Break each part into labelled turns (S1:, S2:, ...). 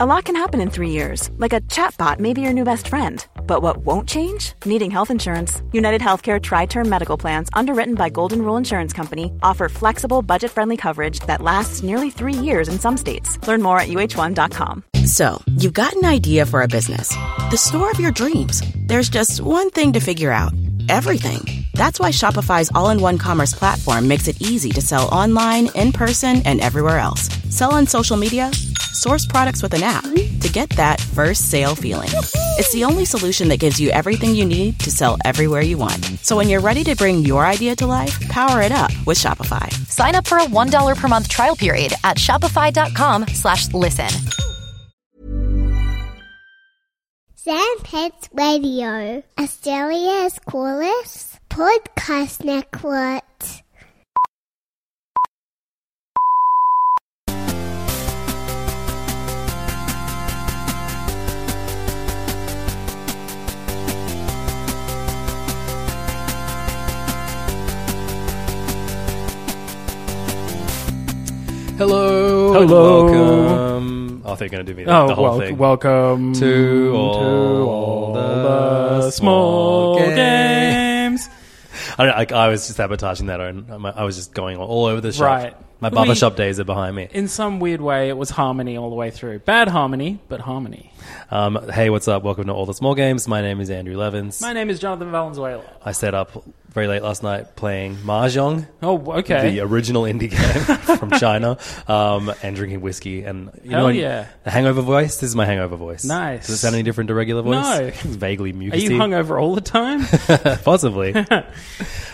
S1: A lot can happen in three years, like a chatbot may be your new best friend. But what won't change? Needing health insurance. United Healthcare Tri Term Medical Plans, underwritten by Golden Rule Insurance Company, offer flexible, budget friendly coverage that lasts nearly three years in some states. Learn more at uh1.com.
S2: So, you've got an idea for a business the store of your dreams. There's just one thing to figure out everything. That's why Shopify's all in one commerce platform makes it easy to sell online, in person, and everywhere else. Sell on social media, source products with an app to get that first sale feeling. It's the only solution that gives you everything you need to sell everywhere you want. So when you're ready to bring your idea to life, power it up with Shopify.
S3: Sign up for a $1 per month trial period at shopify.com slash listen.
S4: Sandpets Radio, Australia's coolest podcast network.
S5: Hello. and
S6: Hello.
S5: welcome. Oh, they're going to do me the,
S6: Oh,
S5: the whole
S6: wel-
S5: thing.
S6: welcome
S5: to all, the small games. I don't know, like, I was just sabotaging that. own- my- I was just going all over the shop.
S6: Right.
S5: My barber
S6: We-
S5: shop days are behind me.
S6: In some weird way, it was harmony all the way through. Bad harmony, but harmony.
S5: Um, hey, what's up? Welcome to all the small games. My name is Andrew Levins.
S6: My name is Jonathan Valenzuela.
S5: I set up very late last night playing mahjong.
S6: Oh, okay.
S5: The uh, original indie game from China, um, and drinking whiskey, and you
S6: Hell
S5: know,
S6: yeah.
S5: the hangover voice. This is my hangover voice.
S6: Nice.
S5: Does it sound any different to regular voice?
S6: No.
S5: It's vaguely mucusy.
S6: Are you hungover all the time?
S5: Possibly.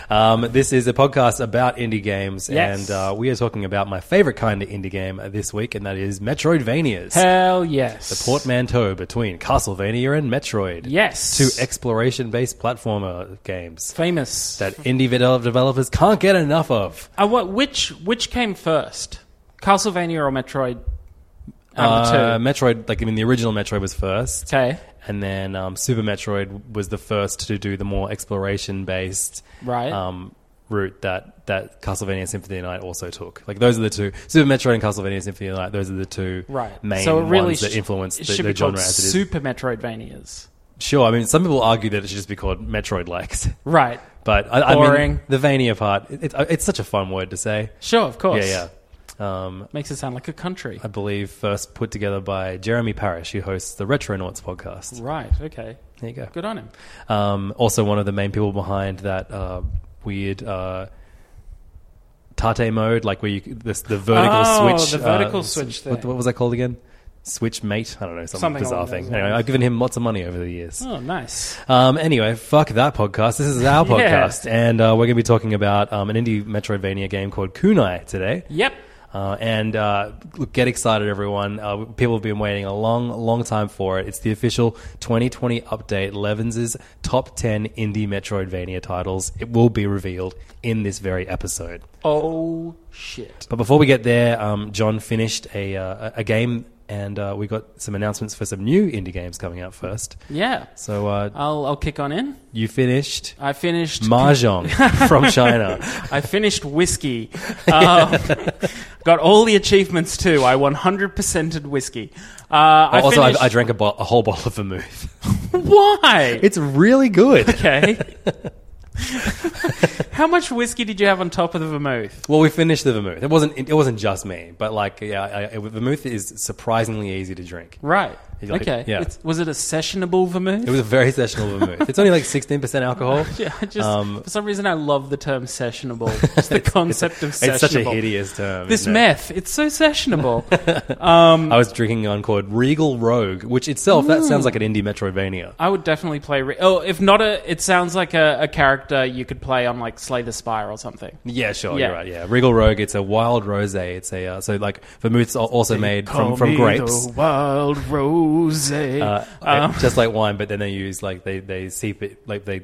S5: um, this is a podcast about indie games,
S6: Yes.
S5: and uh, we are talking about my favorite kind of indie game this week, and that is Metroidvanias.
S6: Hell yes.
S5: The portmanteau between Castlevania and Metroid.
S6: Yes.
S5: Two exploration based platformer games
S6: Famous.
S5: that indie develop- developers can't get enough of.
S6: Uh, what? Which? Which came first? Castlevania or Metroid? Um, the
S5: Uh,
S6: two.
S5: Metroid, like, I mean, the original Metroid was first.
S6: okay.
S5: And then um, Super Metroid was the first to do the more exploration based
S6: Right.
S5: um, route that, that Castlevania Symphony of the Night also took. Like those are the two Super Metroid and Castlevania Symphony of the Night. Those are the two
S6: Right.
S5: main
S6: so it really
S5: ones that
S6: sh-
S5: influenced
S6: it
S5: the,
S6: should
S5: the
S6: be called
S5: genre as it is.
S6: Super Metroidvanias.
S5: sure, I mean, some people argue that it should just be called Metroid likes,
S6: Right.
S5: but I, I mean,
S6: Boring.
S5: the Vania part. It, it, it's such a fun word to say.
S6: Sure. Of course.
S5: Yeah, yeah. Uh, Um,
S6: Makes it sound like a country.
S5: I believe first put together by Jeremy Parish, who hosts the Retronauts podcast.
S6: Right. Okay.
S5: There you go.
S6: Good on him.
S5: Um, also, one of the main people behind that uh, weird uh, Tate mode, like where you this, the vertical
S6: Oh,
S5: switch.
S6: the vertical
S5: uh, s-
S6: switch
S5: What,
S6: thing.
S5: what was that called again? Switch mate. I don't know some
S6: Something
S5: bizarre
S6: along those
S5: thing. Anyway,
S6: lines.
S5: I've given him lots of money over the years.
S6: Oh, nice.
S5: Um, anyway, fuck that podcast. This is our
S6: Yeah.
S5: podcast, and uh, we're going to be talking about um, an indie Metroidvania game called Kunai today.
S6: Yep.
S5: Uh, and uh, look, get excited, everyone. Uh, people have been waiting a long, long time for it. It's the official 2020 update, Levins' top 10 indie Metroidvania titles. It will be revealed in this very episode.
S6: Oh shit.
S5: But before we get there, um, John finished a, uh, a- a game, and uh, we got some announcements for some new indie games coming out first.
S6: Yeah.
S5: So uh,
S6: I'll I'll kick on in.
S5: you finished
S6: I finished.
S5: Mahjong from China.
S6: I finished whiskey. Um, got all the achievements too. I 100%ed whiskey. Uh, I
S5: Oh, also,
S6: finished.
S5: I, I drank a, bo- a whole bottle of vermouth.
S6: Why?
S5: It's really good.
S6: okay. How much whiskey did you have on top of the vermouth?
S5: Well, we finished the vermouth. It wasn't. It wasn't just me, but like, yeah, I, I, vermouth is surprisingly easy to drink.
S6: Right.
S5: You like-
S6: okay.
S5: yeah.
S6: It's- was it a sessionable vermouth?
S5: It was a very sessionable vermouth. It's only like sixteen percent alcohol.
S6: yeah, I just
S5: um,
S6: for some reason I love the term sessionable. Just the concept of sessionable.
S5: It's such a hideous term.
S6: This
S5: isn't it?
S6: meth, it's so sessionable.
S5: I was drinking on called Regal Rogue, which itself that
S6: Mm.
S5: sounds like an indie Metroidvania.
S6: I would definitely play. Re- oh, if not a, it sounds like a, a character you could play on like Slay the Spire or something.
S5: Yeah, sure,
S6: Yeah.
S5: you're right. Yeah, Regal Rogue. It's a wild rosé. It's a uh, so like vermouth's al- also made from from grapes.
S6: wild rose.
S5: Uh,
S6: Um.
S5: it- just like wine, but then they use like they they seep it like they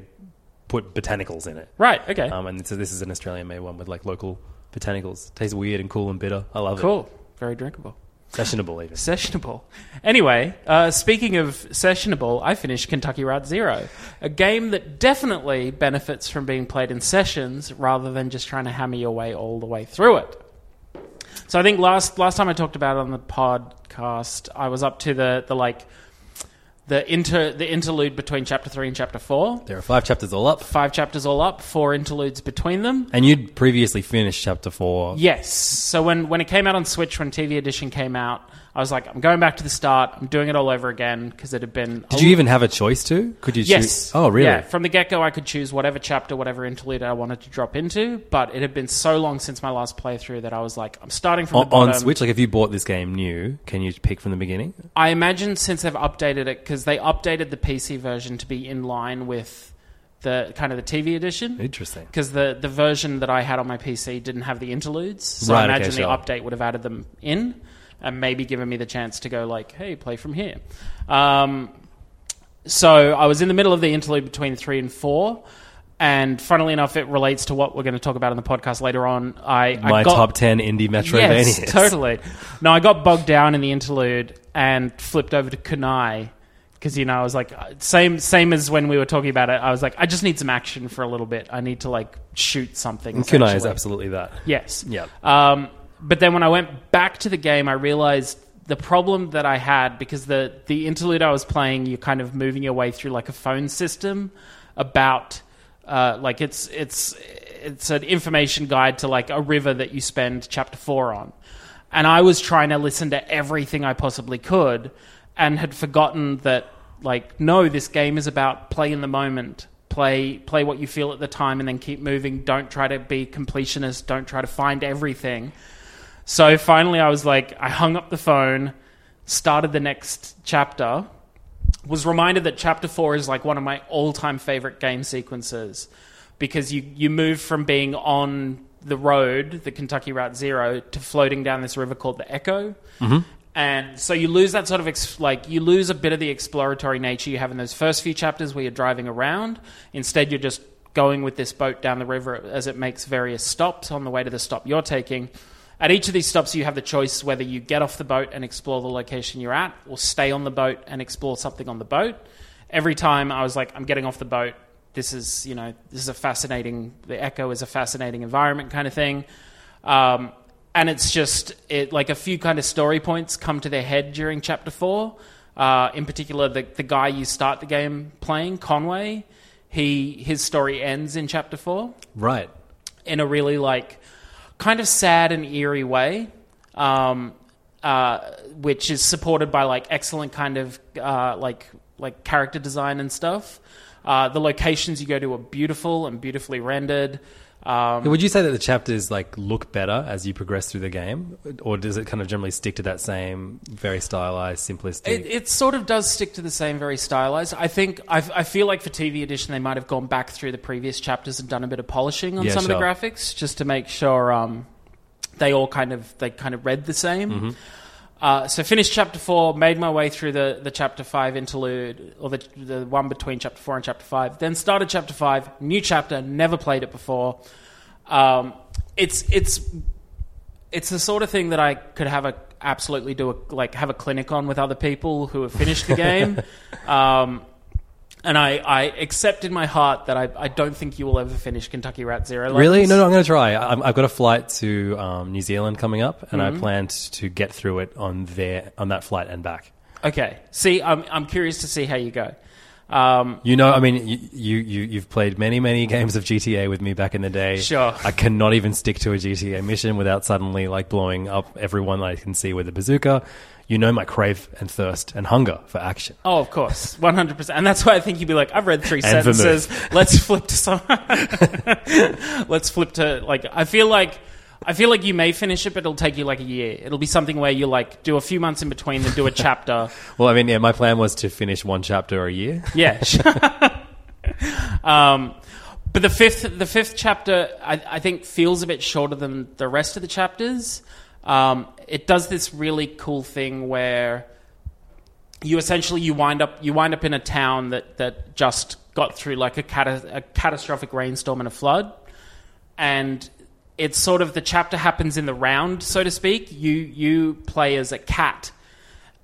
S5: put botanicals in it.
S6: right. Okay.
S5: Um, and so this is an Australian made one with like local botanicals. Tastes weird and cool and bitter. I love
S6: cool. Very drinkable.
S5: it. Sessionable even.
S6: Sessionable. Anyway, uh, speaking of sessionable, I finished Kentucky Route Zero, a game that definitely benefits from being played in sessions rather than just trying to hammer your way all the way through it. So I think last last time I talked about it on the podcast, I was up to the the like the inter the interlude between chapter three and chapter four.
S5: There are five chapters all up.
S6: Five chapters all up, four interludes between them.
S5: And you'd previously finished chapter four.
S6: Yes. So when, when it came out on Switch, when TV Edition came out, I was like, I'm going back to the start. I'm doing it all over again because it had been.
S5: Did you even have a choice to? Could you
S6: Yes.
S5: choose? Oh, really?
S6: Yeah. From the get go, I could choose whatever chapter, whatever interlude I wanted to drop into. But it had been so long since my last playthrough that I was like, I'm starting from
S5: on,
S6: the bottom.
S5: on Switch, like if you bought this game new, can you pick from the beginning?
S6: I imagine since they've updated it because they updated the PC version to be in line with the kind of the TV edition.
S5: Interesting.
S6: because the, the version that I had on my PC didn't have the interludes, so I
S5: Right, okay,
S6: imagine the
S5: sure.
S6: update would have added them in, and maybe given me the chance to go like, hey, play from here. Um, so I was in the middle of the interlude between three and four, and funnily enough, it relates to what we're going to talk about in the podcast later on. I
S5: My
S6: I got,
S5: top 10 indie Metroidvanias.
S6: Yes, totally. No, I got bogged down in the interlude and flipped over to Kunai because you know I was like uh, same same as when we were talking about it. I was like, I just need some action for a little bit. I need to like shoot something.
S5: Kunai is
S6: essentially.
S5: absolutely that.
S6: yes.
S5: Yeah.
S6: Um, but then when I went back to the game, I realized the problem that I had because the the interlude I was playing, you're kind of moving your way through like a phone system about uh, like it's it's it's an information guide to like a river that you spend chapter four on, and I was trying to listen to everything I possibly could, and had forgotten that like no, this game is about play in the moment play play what you feel at the time and then keep moving don't try to be completionist don't try to find everything so finally i was like i hung up the phone started the next chapter was reminded that chapter 4 is like one of my all-time favorite game sequences because you you move from being on the road the Kentucky Route 0 to floating down this river called the Echo and so you lose that sort of ex- like you lose a bit of the exploratory nature you have in those first few chapters where you're driving around instead you're just going with this boat down the river as it makes various stops on the way to the stop you're taking at each of these stops, you have the choice whether you get off the boat and explore the location you're at, or stay on the boat and explore something on the boat. Every time I was like, I'm getting off the boat. This is, you know, this is a fascinating, the Echo is a fascinating environment kind of thing. Um, and it's just, it, like a few kind of story points come to their head during chapter four. Uh, in particular, the, the guy you start the game playing, Conway, he, his story ends in chapter four
S5: Right.
S6: in a really like kind of sad and eerie way, um, uh, which is supported by like excellent kind of uh, like like character design and stuff. Uh, the locations you go to are beautiful and beautifully rendered. Um,
S5: Would you say that the chapters like look better as you progress through the game, or does it kind of generally stick to that same very stylized, simplistic?
S6: it, it sort of does stick to the same very stylized. I think i I feel like for TV edition they might have gone back through the previous chapters and done a bit of polishing on
S5: Yeah,
S6: some of the
S5: sure.
S6: graphics just to make sure um, they all kind of they kind of read the same.
S5: Mm-hmm.
S6: Uh, so finished chapter four, made my way through the, the chapter five interlude or the the one between chapter four and chapter five. Then started chapter five, new chapter, never played it before. Um, it's it's it's the sort of thing that I could have a absolutely do a like have a clinic on with other people who have finished the game. um, and I, I accept in my heart that I, I don't think you will ever finish Kentucky Route Zero. Like
S5: Really?
S6: this.
S5: No, no. I'm going to try. I, I've got a flight to um, New Zealand coming up, and
S6: Mm-hmm.
S5: I planned to get through it on there on that flight and back.
S6: Okay. See, I'm I'm curious to see how you go. Um,
S5: You know, I mean, you, you you you've played many many games of GTA with me back in the day.
S6: Sure.
S5: I cannot even stick to a GTA mission without suddenly like blowing up everyone I can see with a bazooka. You know my crave and thirst and hunger for action.
S6: oh, of course, one hundred percent. And that's why I think you'd be like, I've read three
S5: And vermouth.
S6: sentences. Let's flip to some. Let's flip to like. I feel like. I feel like you may finish it, but it'll take you like a year. It'll be something where you like do a few months in between, then do a chapter,
S5: Well, I mean, yeah, my plan was to finish one chapter a year.
S6: Yeah. um, but the fifth, the fifth chapter, I, I think, feels a bit shorter than the rest of the chapters. Um, it does this really cool thing where you essentially you wind up you wind up in a town that that just got through like a, cata- a catastrophic rainstorm and a flood, and it's sort of the chapter happens in the round, so to speak. You you play as a cat,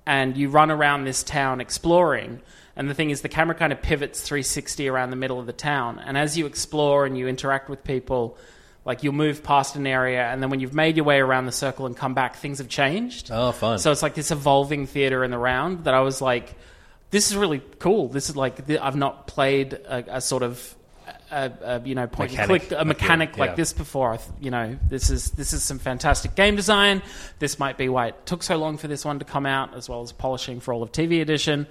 S6: and you run around this town exploring. And the thing is, the camera kind of pivots 360 around the middle of the town, and as you explore and you interact with people, Like you'll move past an area, and then when you've made your way around the circle and come back, things have changed.
S5: Oh, fun.
S6: So it's like this evolving theater in the round that I was like, this is really cool. This is like th- I've not played a, a sort of a, a you know point and
S5: Mechanic,
S6: click
S5: I
S6: a
S5: feel,
S6: mechanic like
S5: yeah.
S6: this before. I th- You know, this is this is some fantastic game design. This might be why it took so long for this one to come out, as well as polishing for all of TV edition.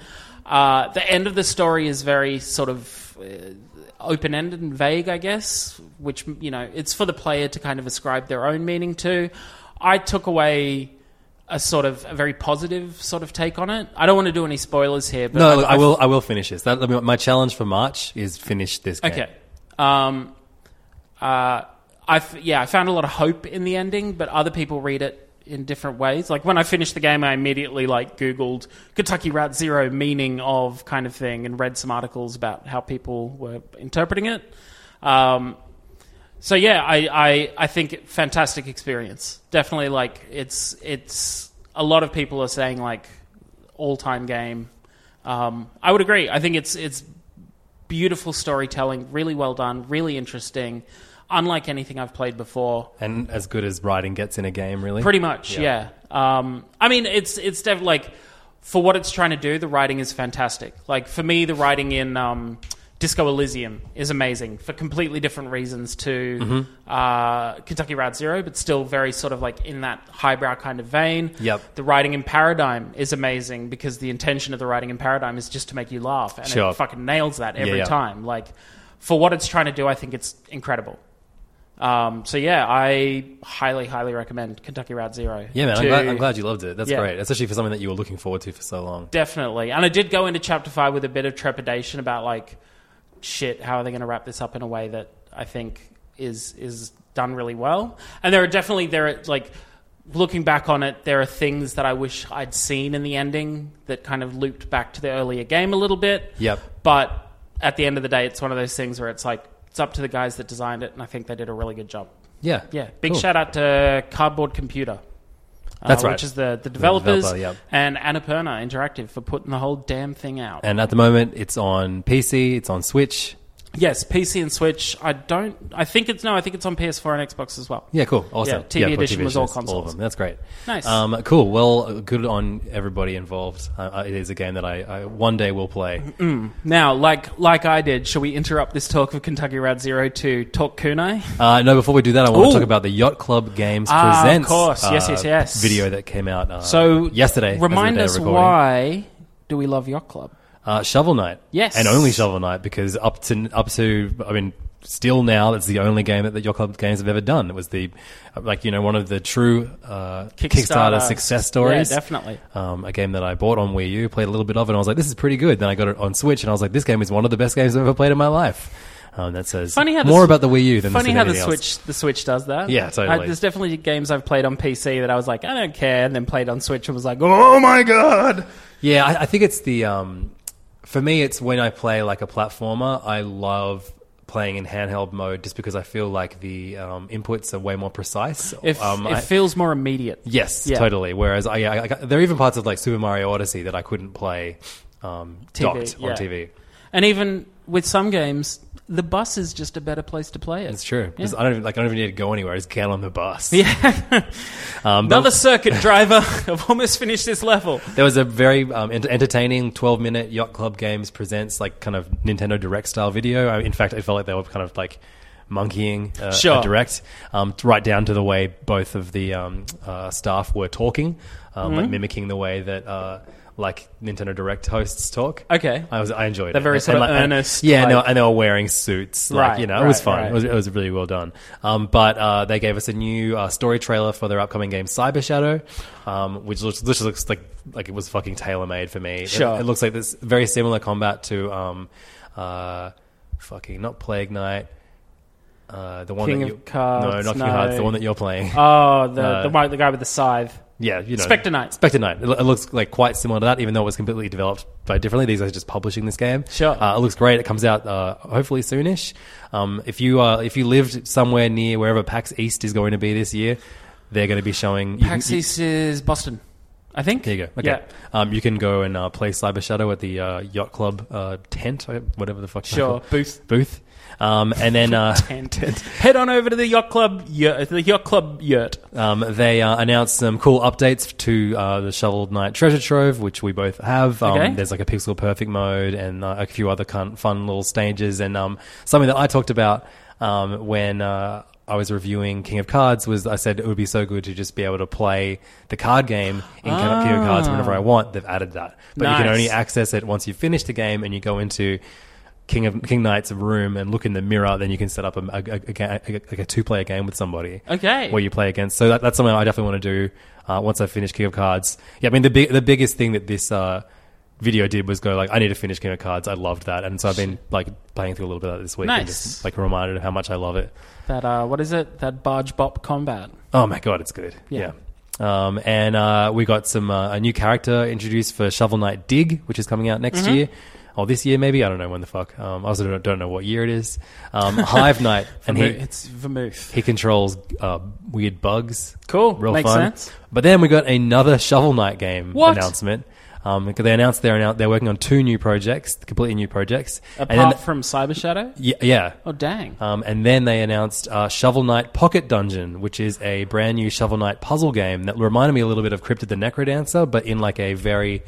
S6: Uh, the end of the story is very sort of open ended and vague, I guess, which, you know, it's for the player to kind of ascribe their own meaning to. I took away a sort of a very positive sort of take on it. I don't want to do any spoilers here, but
S5: no,
S6: I-
S5: look,
S6: I
S5: I will. I will finish this. That, I mean, my challenge for March is finish this. Game.
S6: Okay. Um, uh, I f- yeah, I found a lot of hope in the ending, but other people read it in different ways. Like when I finished the game, I immediately like Googled Kentucky Route Zero meaning of kind of thing and read some articles about how people were interpreting it. Um, so yeah, I, I I think fantastic experience. Definitely like it's it's a lot of people are saying like all time game. Um, I would agree. I think it's it's beautiful storytelling, really well done, really interesting, unlike anything I've played before.
S5: and as good as writing gets in a game, really.
S6: Pretty much, yeah. Um, I mean, it's it's def- like for what it's trying to do, the writing is fantastic. Like for me, the writing in um, Disco Elysium is amazing for completely different reasons to
S5: Mm-hmm.
S6: uh, Kentucky Route Zero, but still very sort of like in that highbrow kind of vein.
S5: Yep.
S6: The writing in Paradigm is amazing because the intention of the writing in Paradigm is just to make you laugh, and
S5: Sure.
S6: it fucking nails that every
S5: yeah.
S6: time. Like for what it's trying to do, I think it's incredible. Um, so yeah, I highly, highly recommend Kentucky Route Zero.
S5: Yeah, man. I'm
S6: to-
S5: glad, I'm glad you loved it. That's
S6: Yeah.
S5: great, especially for something that you were looking forward to for so long.
S6: Definitely, and I did go into Chapter Five with a bit of trepidation about like, shit, how are they going to wrap this up in a way that I think is is done really well? And there are definitely there are like. Looking back on it, there are things that I wish I'd seen in the ending that kind of looped back to the earlier game a little bit.
S5: Yep.
S6: But at the end of the day, it's one of those things where it's like, it's up to the guys that designed it, and I think they did a really good job.
S5: Yeah,
S6: Yeah, big
S5: Cool.
S6: shout out to Cardboard Computer. uh,
S5: That's right.
S6: Which is the, the developers
S5: developer, yeah.
S6: and Annapurna Interactive for putting the whole damn thing out.
S5: And at the moment, it's on PC, it's on Switch.
S6: yes, PC and Switch. I don't. I think it's no. I think it's on PS4 and Xbox as well.
S5: Yeah, cool, awesome.
S6: Yeah, TV
S5: cool,
S6: edition was all
S5: editions, of
S6: consoles.
S5: them. That's great.
S6: Nice.
S5: Um, cool. Well, good on everybody involved. Uh, Uh, it is a game that I, I one day will play.
S6: Now, like like I did, shall we interrupt this talk of Kentucky Route Zero to talk kunai?
S5: Uh, no, before we do that, I want
S6: Ooh.
S5: to talk about the Yacht Club Games
S6: Ah, of
S5: presents.
S6: course. Yes,
S5: uh,
S6: yes, yes.
S5: Video that came out. Uh,
S6: So
S5: yesterday, as of the
S6: remind
S5: day of
S6: us
S5: recording.
S6: why do we love Yacht Club?
S5: Uh, Shovel Knight.
S6: Yes.
S5: And only Shovel Knight because up to up to I mean still now that's the only game that the Yacht Club games have ever done. It was the uh, like you know one of the true uh, Kickstarter, success stories.
S6: Yeah, definitely.
S5: Um, a game that I bought on Wii U, played a little bit of, it, and I was like, "This is pretty good." Then I got it on Switch, and I was like, "This game is one of the best games I've ever played in my life." Um, that says
S6: Funny how the
S5: more
S6: Sw-
S5: about the Wii U than
S6: funny
S5: than
S6: how the
S5: anything else.
S6: Switch the Switch does that.
S5: Yeah, totally.
S6: I, there's definitely games I've played on PC that I was like, I don't care, and then played on Switch and was like, oh my god.
S5: Yeah, I, I think it's the um, for me, it's when I play like a platformer. I love playing in handheld mode just because I feel like the um, inputs are way more precise.
S6: If,
S5: um,
S6: it
S5: I-
S6: feels more immediate.
S5: yes,
S6: Yeah.
S5: totally. Whereas I, I, I, there are even parts of like Super Mario Odyssey that I couldn't play um,
S6: TV,
S5: docked
S6: yeah.
S5: on TV.
S6: And even with some games, the bus is just a better place to play it.
S5: It's true. Just- I don't even like. I don't even need to go anywhere. I just get on the bus.
S6: Yeah.
S5: Um, but
S6: Another circuit driver. I've almost finished this level.
S5: there was a very um, ent- entertaining 12 minute Yacht Club Games presents like kind of Nintendo Direct style video. I, in fact, I felt like they were kind of like monkeying uh,
S6: Sure.
S5: a Direct, um, t- right down to the way both of the um, uh, staff were talking, um,
S6: Mm-hmm.
S5: like mimicking the way that. Uh, like Nintendo Direct hosts talk.
S6: Okay.
S5: I was I enjoyed
S6: They're
S5: it.
S6: very
S5: And-
S6: sort
S5: and
S6: of
S5: like- and-
S6: earnest,
S5: yeah, no,
S6: like-
S5: and they were wearing suits. Like
S6: Right,
S5: you know, it was
S6: right,
S5: fun.
S6: right.
S5: It was it was really well done. Um, but uh, they gave us a new uh, story trailer for their upcoming game, Cyber Shadow, um, which looks, this looks like like it was fucking tailor made for me. It-
S6: Sure.
S5: It, looks like this very similar combat to um, uh, fucking not Plague Knight. Uh, the one
S6: King
S5: that
S6: of
S5: you,
S6: Cards,
S5: no, not King
S6: no.
S5: of Hearts, the one that you're playing.
S6: Oh, the
S5: No.
S6: the, one, the guy with the scythe.
S5: Yeah, you know,
S6: Spectre Knight.
S5: Spectre Knight. It, lo- it looks like quite similar to that, even though it was completely developed by differently. These guys are just publishing this game.
S6: Sure.
S5: uh, it looks great. It comes out uh, hopefully soonish. Um, if you uh, if you lived somewhere near wherever PAX East is going to be this year, they're going to be showing. you-
S6: PAX
S5: you-
S6: East is Boston. I think.
S5: There you go. Okay.
S6: Yeah.
S5: Um, you can go and uh, play Cyber Shadow at the uh, yacht club uh, tent, uh, whatever the fuck. they
S6: Sure.
S5: call it.
S6: Booth.
S5: Booth. Um, and then uh,
S6: Tent. Head on over to the yacht club. Yurt, the yacht club yurt.
S5: um, they uh, announced some cool updates to uh, the Shovel Knight Treasure Trove, which we both have. Um,
S6: Okay.
S5: There's like a pixel perfect mode and uh, a few other kind fun little stages, and um, something that I talked about um, when. Uh, I was reviewing King of Cards. Was I said it would be so good to just be able to play the card game in King of Cards whenever I want. They've added that, but you can
S6: Nice.
S5: only access it once you finish the game and you go into King of King Knight's room and look in the mirror. Then you can set up a, a, a, ga- a, like a two player game with somebody.
S6: Okay.
S5: where you play against. So that, that's something I definitely want to do uh, once I finish King of Cards. Yeah, I mean the big, the biggest thing that this uh, video did was go like I need to finish King of Cards. I loved that, and so I've been like playing through a little bit of that this week. And
S6: Nice.
S5: just, like reminded of how much I love it.
S6: That uh, what is it? That barge bop combat.
S5: Oh my god, it's good.
S6: Yeah.
S5: Yeah. Um, and uh, we got some uh, a new character introduced for Shovel Knight Dig, which is coming out
S6: Mm-hmm.
S5: next year. Or this year, maybe I don't know when the fuck. Um, I also don't, don't know what year it is. Um, Hive Knight, and he
S6: Vermouth- it's vermouth.
S5: he controls uh, weird bugs.
S6: Cool. Makes sense.
S5: But then we got another Shovel Knight game
S6: What?
S5: announcement. Um, because they announced they're annou- they're working on two new projects, completely new projects.
S6: Apart
S5: and then,
S6: from Cyber Shadow.
S5: yeah, yeah.
S6: Oh dang.
S5: Um, and then they announced uh, Shovel Knight Pocket Dungeon, which is a brand new Shovel Knight puzzle game that reminded me a little bit of Cryptid the Necrodancer, but in like a very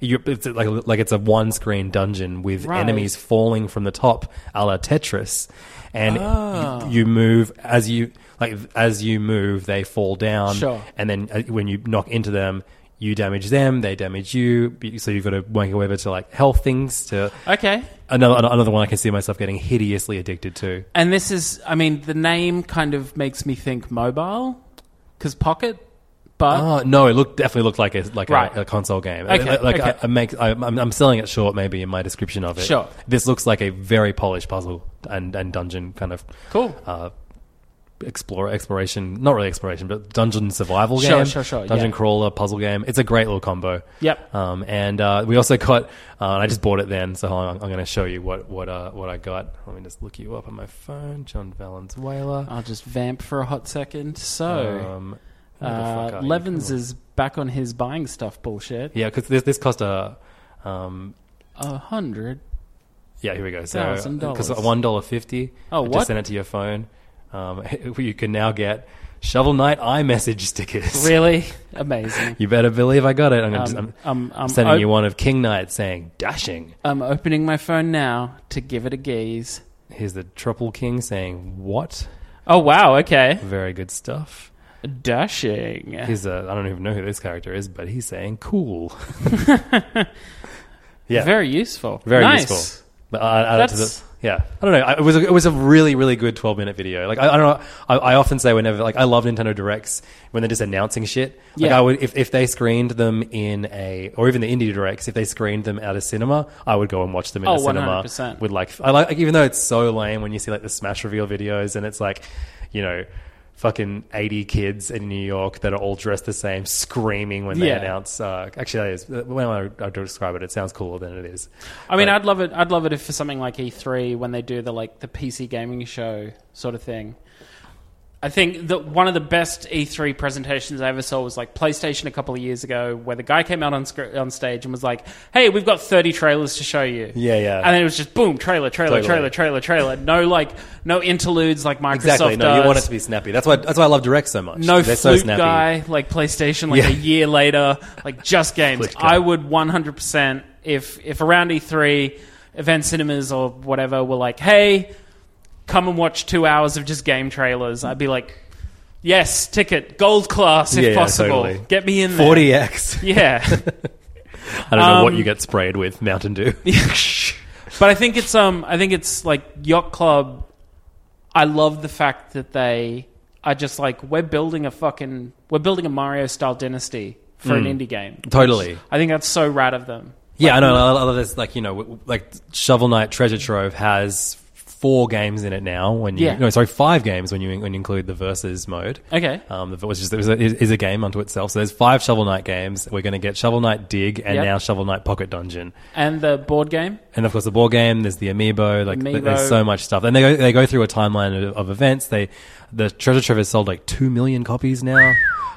S5: you, it's like like it's a one screen dungeon with
S6: Right.
S5: enemies falling from the top, a la Tetris, and
S6: Ah.
S5: you, you move as you like as you move, they fall down,
S6: Sure.
S5: and then uh, when you knock into them. You damage them, they damage you. So you've got to wank your way over to like health things. To
S6: okay.
S5: another another one, I can see myself getting hideously addicted to.
S6: And this is, I mean, the name kind of makes me think mobile, because pocket, but
S5: Oh no! It looked definitely looked like a like a-
S6: Right.
S5: a, console game.
S6: Okay,
S5: Like- like
S6: okay.
S5: I, I make I, I'm, I'm selling it short maybe in my description of it.
S6: Sure.
S5: This looks like a very polished puzzle and, and dungeon kind of
S6: cool.
S5: uh, explore exploration. Not really exploration, but dungeon survival
S6: Sure,
S5: game.
S6: sure, sure,
S5: Dungeon
S6: yeah.
S5: crawler puzzle game. It's a great little combo.
S6: Yep.
S5: Um, and uh, we also got. Uh, I just bought it then, so hold on, I'm going to show you what what uh, what I got. Let me just look you up on my phone. John Valenzuela.
S6: I'll just vamp for a hot second. So,
S5: Um, where the fuck
S6: uh,
S5: are you?
S6: Levens is back on his buying stuff bullshit.
S5: Yeah, because this this cost a, um,
S6: A hundred.
S5: yeah. Here we go. So
S6: $1,000.
S5: because one dollar fifty.
S6: Oh,
S5: I
S6: what?
S5: Just send it to your phone. Um, you can now get Shovel Knight iMessage stickers.
S6: Really amazing.
S5: You better believe I got it. I'm, gonna just, I'm,
S6: um, um,
S5: I'm sending
S6: oh-
S5: you one of King Knight saying dashing.
S6: I'm opening my phone now to give it a gaze.
S5: Here's the Triple King saying what?
S6: Oh wow. Okay.
S5: Very good stuff.
S6: Dashing.
S5: Here's a I don't even know who this character is, but he's saying cool. yeah,
S6: Very useful.
S5: Very
S6: nice.
S5: useful. But I, I, to the,
S6: That's-
S5: yeah, I don't know. I, it was a, it was a really really good twelve minute video. Like I, I don't know. I, I often say whenever like I love Nintendo directs when they're just announcing shit. Like
S6: Yeah.
S5: I would if, if they screened them in a or even the indie directs if they screened them at a cinema, I would go and watch them in
S6: Oh,
S5: a cinema
S6: 100%.
S5: with like I like even though it's so lame when you see like the Smash reveal videos and it's like you know. Fucking eighty kids in New York that are all dressed the same, screaming when they
S6: Yeah.
S5: announce. Uh, actually, that is when I, I describe it, it sounds cooler than it is.
S6: I mean,
S5: But-
S6: I'd love it. I'd love it if for something like E3, when they do the like the PC gaming show sort of thing. I think that one of the best E3 presentations I ever saw was like PlayStation a couple of years ago, where the guy came out on sc- on stage and was like, "Hey, we've got 30 trailers to show you."
S5: Yeah, yeah.
S6: And then it was just boom, trailer, trailer, trailer,
S5: Totally.
S6: trailer, trailer. No like no interludes like Microsoft
S5: Exactly. No,
S6: does.
S5: you want it to be snappy. That's why. That's why I love Direct so much.
S6: no
S5: They're
S6: flute
S5: so snappy.
S6: guy like PlayStation like
S5: Yeah.
S6: a year later like just games
S5: Flute guy.
S6: I would 100% if if around E3 event cinemas or whatever were like hey come and watch 2 hours of just game trailers I'd be like yes ticket gold class if
S5: Yeah, yeah,
S6: possible
S5: totally.
S6: get me in there
S5: Forty X.
S6: yeah
S5: I don't know what
S6: Um,
S5: you get sprayed with Mountain Dew.
S6: But I think it's um I think it's like Yacht Club I love the fact that they are just like we're building a fucking we're building a Mario style dynasty for
S5: Hmm.
S6: an indie game.
S5: Totally.
S6: I think that's so rad of them.
S5: yeah, I know. I love this. Like you know, w- w- like Shovel Knight Treasure Trove has four games in it now. When you,
S6: Yeah.
S5: no, sorry, five games when you when you include the versus mode.
S6: Okay.
S5: Um, the- which is, is, a, is a game unto itself. So there's five Shovel Knight games. We're going to get Shovel Knight Dig and
S6: Yep.
S5: now Shovel Knight Pocket Dungeon.
S6: And the board game?
S5: and of course the board game. There's the amiibo. Like th-
S6: Amiibo.
S5: there's so much stuff, and they go, they go through a timeline of, of events. They the treasure trove has sold like two million copies now.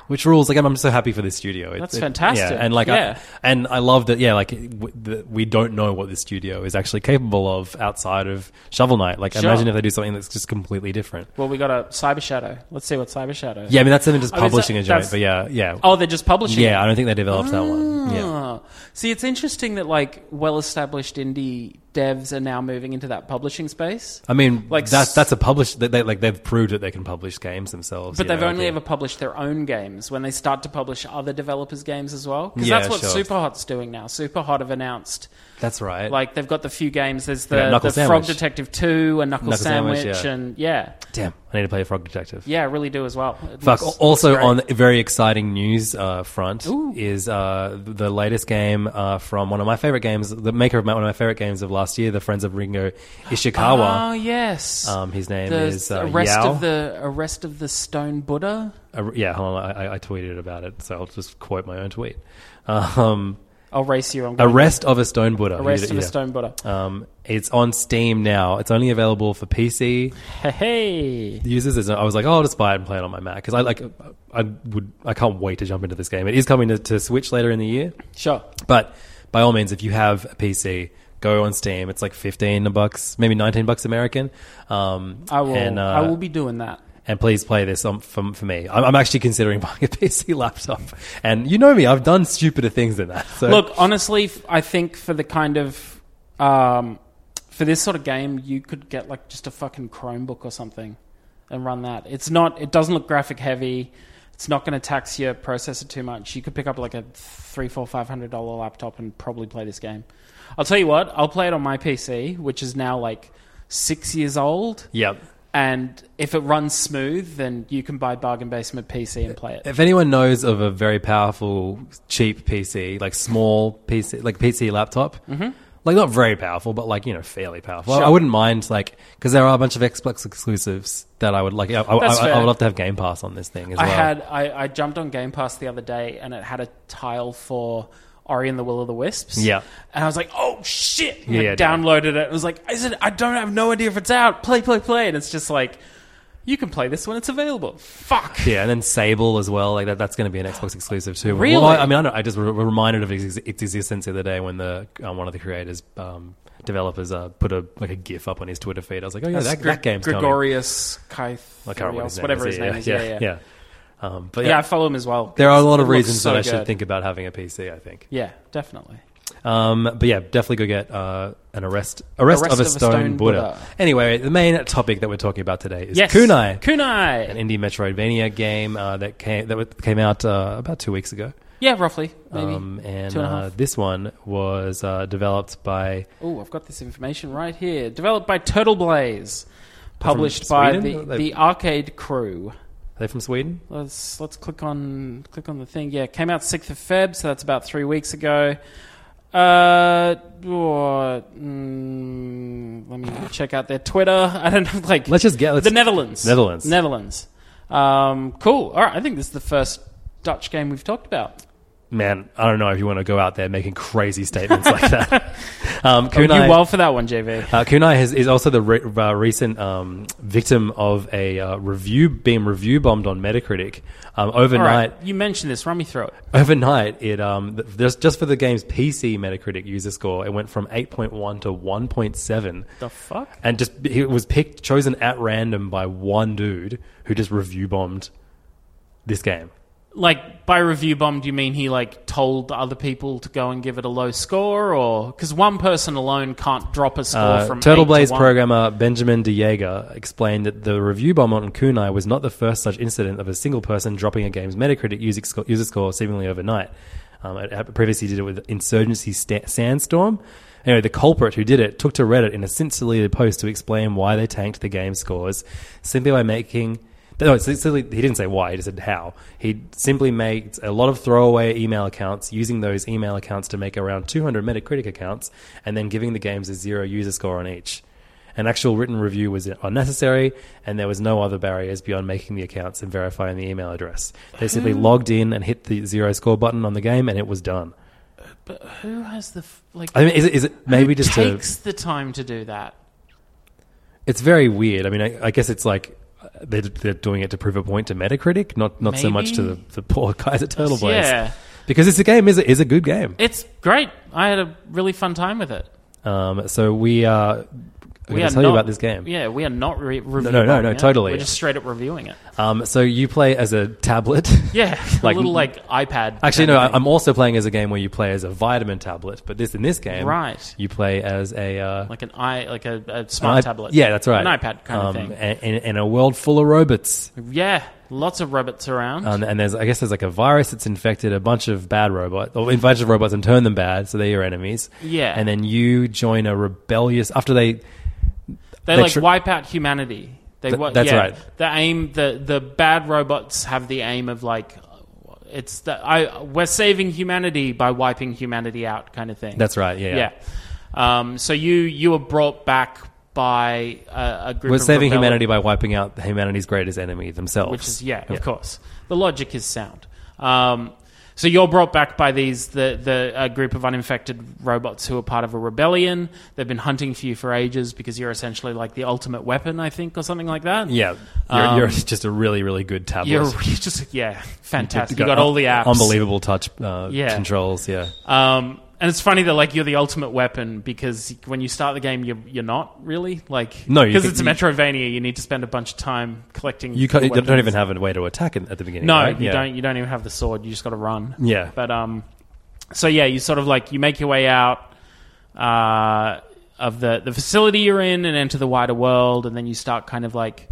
S5: which rules. Like I'm, I'm so happy for this studio. It-
S6: That's
S5: it-
S6: fantastic.
S5: yeah, and like,
S6: Yeah.
S5: I, and I love that. Yeah, like w- the, we don't know what this studio is actually capable of outside of Shovel Knight. Like,
S6: Sure.
S5: imagine if they do something that's just completely different.
S6: Well, we got a Cyber Shadow. Let's see what Cyber Shadow.
S5: Yeah, I mean that's them just
S6: I mean, so
S5: publishing a joint,
S6: that's-
S5: but yeah, yeah,
S6: Oh, they're just publishing.
S5: yeah. I
S6: it.
S5: don't think they developed that one. Yeah.
S6: Ah. See, it's interesting that like well-established indie devs are now moving into that publishing space.
S5: I mean,
S6: Like
S5: like that's
S6: s-
S5: that's a published. They, they like they've proved that they can publish games themselves.
S6: But
S5: you
S6: they've
S5: know,
S6: only
S5: like,
S6: ever published their own games when they start to publish other developers' games as well. Because
S5: Yeah,
S6: that's what
S5: sure.
S6: Superhot's doing now. Superhot have announced
S5: That's right.
S6: like they've got the few games. There's
S5: They got
S6: the, the
S5: Knuckle
S6: Frog
S5: Sandwich.
S6: Detective Two and Knuckle,
S5: Knuckle
S6: Sandwich,
S5: Sandwich, yeah.
S6: and yeah,
S5: damn, I need to play Frog Detective.
S6: yeah, I really do as well. It
S5: Fuck.
S6: looks-
S5: also
S6: looks great.
S5: on a very exciting news uh, front is uh, the latest game uh, from one of my favorite games, the maker of my, one of my favorite games of last year, the Friends of Ringo
S6: Oh
S5: Ishikawa.
S6: yes,
S5: um, his name
S6: the
S5: is uh,
S6: arrest
S5: Yao.
S6: of the arrest of the Stone Buddha.
S5: Uh, yeah, hold on, I, I- I tweeted about it, so I'll just quote my own tweet. Um,
S6: I'll race you. I'm gonna-
S5: Arrest of a Stone Buddha.
S6: arrest
S5: Yeah,
S6: of the
S5: yeah.
S6: Stone Buddha.
S5: Um, it's on Steam now. It's only available for PC,
S6: Hey, hey.
S5: users is I was like, oh, I'll just buy it and play it on my Mac because I like I would I can't wait to jump into this game. It is coming to, to Switch later in the year,
S6: sure.
S5: but by all means, if you have a PC, go on Steam. It's like fifteen bucks, maybe nineteen bucks American. Um,
S6: I will.
S5: And, uh,
S6: I will be doing that.
S5: and please play this on, for, for me. I'm, I'm actually considering buying a PC laptop, and you know me, I've done stupider things than that. So
S6: Look, honestly, f- I think for the kind of um, for this sort of game, you could get like just a fucking Chromebook or something and run that. It's not. It doesn't look graphic heavy. It's not going to tax your processor too much. You could pick up like a three, four, five hundred dollar laptop and probably play this game. I'll tell you what. I'll play it on my PC, which is now like six years old.
S5: yep.
S6: And if it runs smooth, then you can buy Bargain Basement PC and play it.
S5: If anyone knows of a very powerful, cheap PC, like small PC, like PC laptop, like not very powerful, but like you know fairly powerful, I-
S6: Mm-hmm. Sure.
S5: I wouldn't mind like because there are a bunch of Xbox exclusives that I would like. I, I,
S6: That's
S5: I, I
S6: fair.
S5: would love to have Game Pass on this thing as
S6: I
S5: well.
S6: had I, I jumped on Game Pass the other day and it had a tile for Ori and the Will of the Wisps.
S5: Yeah.
S6: And I was like, oh shit. And
S5: Yeah,
S6: I
S5: yeah, damn.
S6: downloaded it. It was like, I said I don't have no idea if it's out. Play, play, play. And it's just like you can play this when it's available. Fuck.
S5: yeah, and then Sable as well. Like that, that's going to be an Xbox exclusive too.
S6: Really?
S5: Well, I, I mean, I, don't, I just were were reminded of its, its existence the other day when the um, one of the creators, um, developers, uh, put a like a GIF up on his Twitter feed. I was like, oh yeah, that,
S6: Gre-
S5: that game's coming.
S6: Gregorius Kai
S5: I can't remember what his name
S6: whatever
S5: is.
S6: his name is. Yeah, yeah.
S5: yeah. Um, but
S6: Yeah, I follow him as well.
S5: There are a lot
S6: It
S5: of
S6: looks
S5: reasons
S6: so
S5: that I should
S6: good.
S5: think about having a PC. I think,
S6: Yeah, definitely.
S5: um, but yeah, definitely go get uh, an arrest arrest,
S6: Arrest
S5: of, a Stone, Buddha.
S6: Buddha.
S5: Anyway, the main topic that we're talking about today is
S6: Yes.
S5: Kunai,
S6: Kunai.
S5: an indie Metroidvania game uh, that came that w- came out uh, about two weeks ago.
S6: yeah, roughly. Maybe.
S5: Um, and
S6: Two and a
S5: uh,
S6: half.
S5: this one was uh, developed by
S6: Oh, I've got this information right here. Developed by Turtle Blaze, published
S5: From
S6: by the,
S5: Sweden? They-
S6: the Arcade Crew.
S5: are they from Sweden?
S6: Let's let's click on click on the thing. Yeah, came out sixth of Feb, so that's about three weeks ago. Uh, oh, mm, let me check out their Twitter. I don't know, like
S5: Let's just get let's,
S6: the Netherlands.
S5: Netherlands.
S6: Netherlands. Um, cool. All right, I think this is the first Dutch game we've talked about.
S5: Man, I don't know if you want to go out there making crazy statements like that. Um,
S6: You
S5: Kunai,
S6: well for that one, JV.
S5: Uh, Kunai has, is also the re- uh, recent um, victim of a uh, review being review bombed on Metacritic. Um,
S6: All
S5: overnight,
S6: right, you mentioned this. Run me through it.
S5: overnight, it um, th- just just for the game's PC Metacritic user score, it went from eight point one to one point seven,
S6: The fuck?
S5: and just it was picked chosen at random by one dude who just review bombed this game.
S6: like by review bomb do you mean he like told other people to go and give it a low score or because one person alone can't drop a score
S5: Uh,
S6: from eight
S5: Turtle
S6: to
S5: Blaze
S6: one?
S5: programmer Benjamin DeJager explained that the review bomb on Kunai was not the first such incident of a single person dropping a game's Metacritic user score, user score seemingly overnight. Um, it hap- previously did it with Insurgency Sta- Sandstorm. Anyway, the culprit who did it took to Reddit in a since deleted post to explain why they tanked the game scores simply by making. No, it's simply, he didn't say why, he just said how. He simply made a lot of throwaway email accounts, using those email accounts to make around 200 Metacritic accounts, and then giving the games a zero user score on each. An actual written review was unnecessary, and there was no other barriers beyond making the accounts and verifying the email address. They simply
S6: Hmm.
S5: logged in and hit the zero score button on the game, and it was done.
S6: who has the f- like
S5: I mean, is it, is
S6: Oh,
S5: it Uh, maybe just to-
S6: takes the time to do that
S5: it's very weird. I mean, I, I guess it's like they're, they're doing it to prove a point to Metacritic, not not so much to the,
S6: Maybe.
S5: the poor guys at Turtle Blaze.
S6: Yeah.
S5: Because it's a game is a, is a good game.
S6: It's great. I had a really fun time with it.
S5: Um, so we are
S6: We
S5: going
S6: are
S5: to tell
S6: not,
S5: you about this game.
S6: Yeah, we are not re- reviewing
S5: no, no, no,
S6: it.
S5: totally.
S6: We're just straight up reviewing it.
S5: Um, so you play as a tablet.
S6: Yeah,
S5: Like-
S6: a little like iPad.
S5: Actually,
S6: kind of
S5: no. I-
S6: thing.
S5: I'm also playing as a game where you play as a vitamin tablet, but this in this game,
S6: Right.
S5: You play as a uh,
S6: like an i like a, a
S5: an
S6: smart
S5: i-
S6: tablet.
S5: Yeah, that's right.
S6: An iPad kind of
S5: Um,
S6: thing.
S5: And, and, and a world full of robots.
S6: Yeah, lots of robots around.
S5: Um, and there's, I guess, there's like a virus that's infected a bunch of bad robots, or a bunch of robots and turned them bad, so they're your enemies.
S6: Yeah.
S5: And then you join a rebellious after they.
S6: they
S5: they
S6: like
S5: tr-
S6: wipe out humanity. They
S5: Th-
S6: wa-
S5: that's
S6: yeah,
S5: right.
S6: The aim the the bad robots have the aim of like it's the I we're saving humanity by wiping humanity out kind of thing.
S5: That's right. Yeah.
S6: Yeah. Um, so you you were brought back by a, a group.
S5: We're
S6: of
S5: saving
S6: rebellious-
S5: humanity by wiping out humanity's greatest enemy themselves.
S6: which is yeah, of course. The logic is sound. Um, so you're brought back by these the the a group of uninfected robots who are part of a rebellion. They've been hunting for you for ages because you're essentially like the ultimate weapon, I think, or something like that.
S5: Yeah. You're,
S6: Um,
S5: you're just a really, really good tablet.
S6: You're, you're just yeah, fantastic. You got all the apps,
S5: Unbelievable touch uh,
S6: Yeah.
S5: controls. Yeah.
S6: Um, and it's funny that like you're the ultimate weapon because when you start the game, you're you're not really like
S5: No, you
S6: because
S5: can-
S6: it's a
S5: you-
S6: Metroidvania. You need to spend a bunch of time collecting.
S5: You, can't,
S6: the
S5: you don't
S6: weapons.
S5: even have a way to attack it at the beginning.
S6: No,
S5: right?
S6: you
S5: Yeah.
S6: don't. You don't even have the sword. You just got to run.
S5: Yeah.
S6: But um, so yeah, you sort of like you make your way out uh, of the the facility you're in and enter the wider world, and then you start kind of like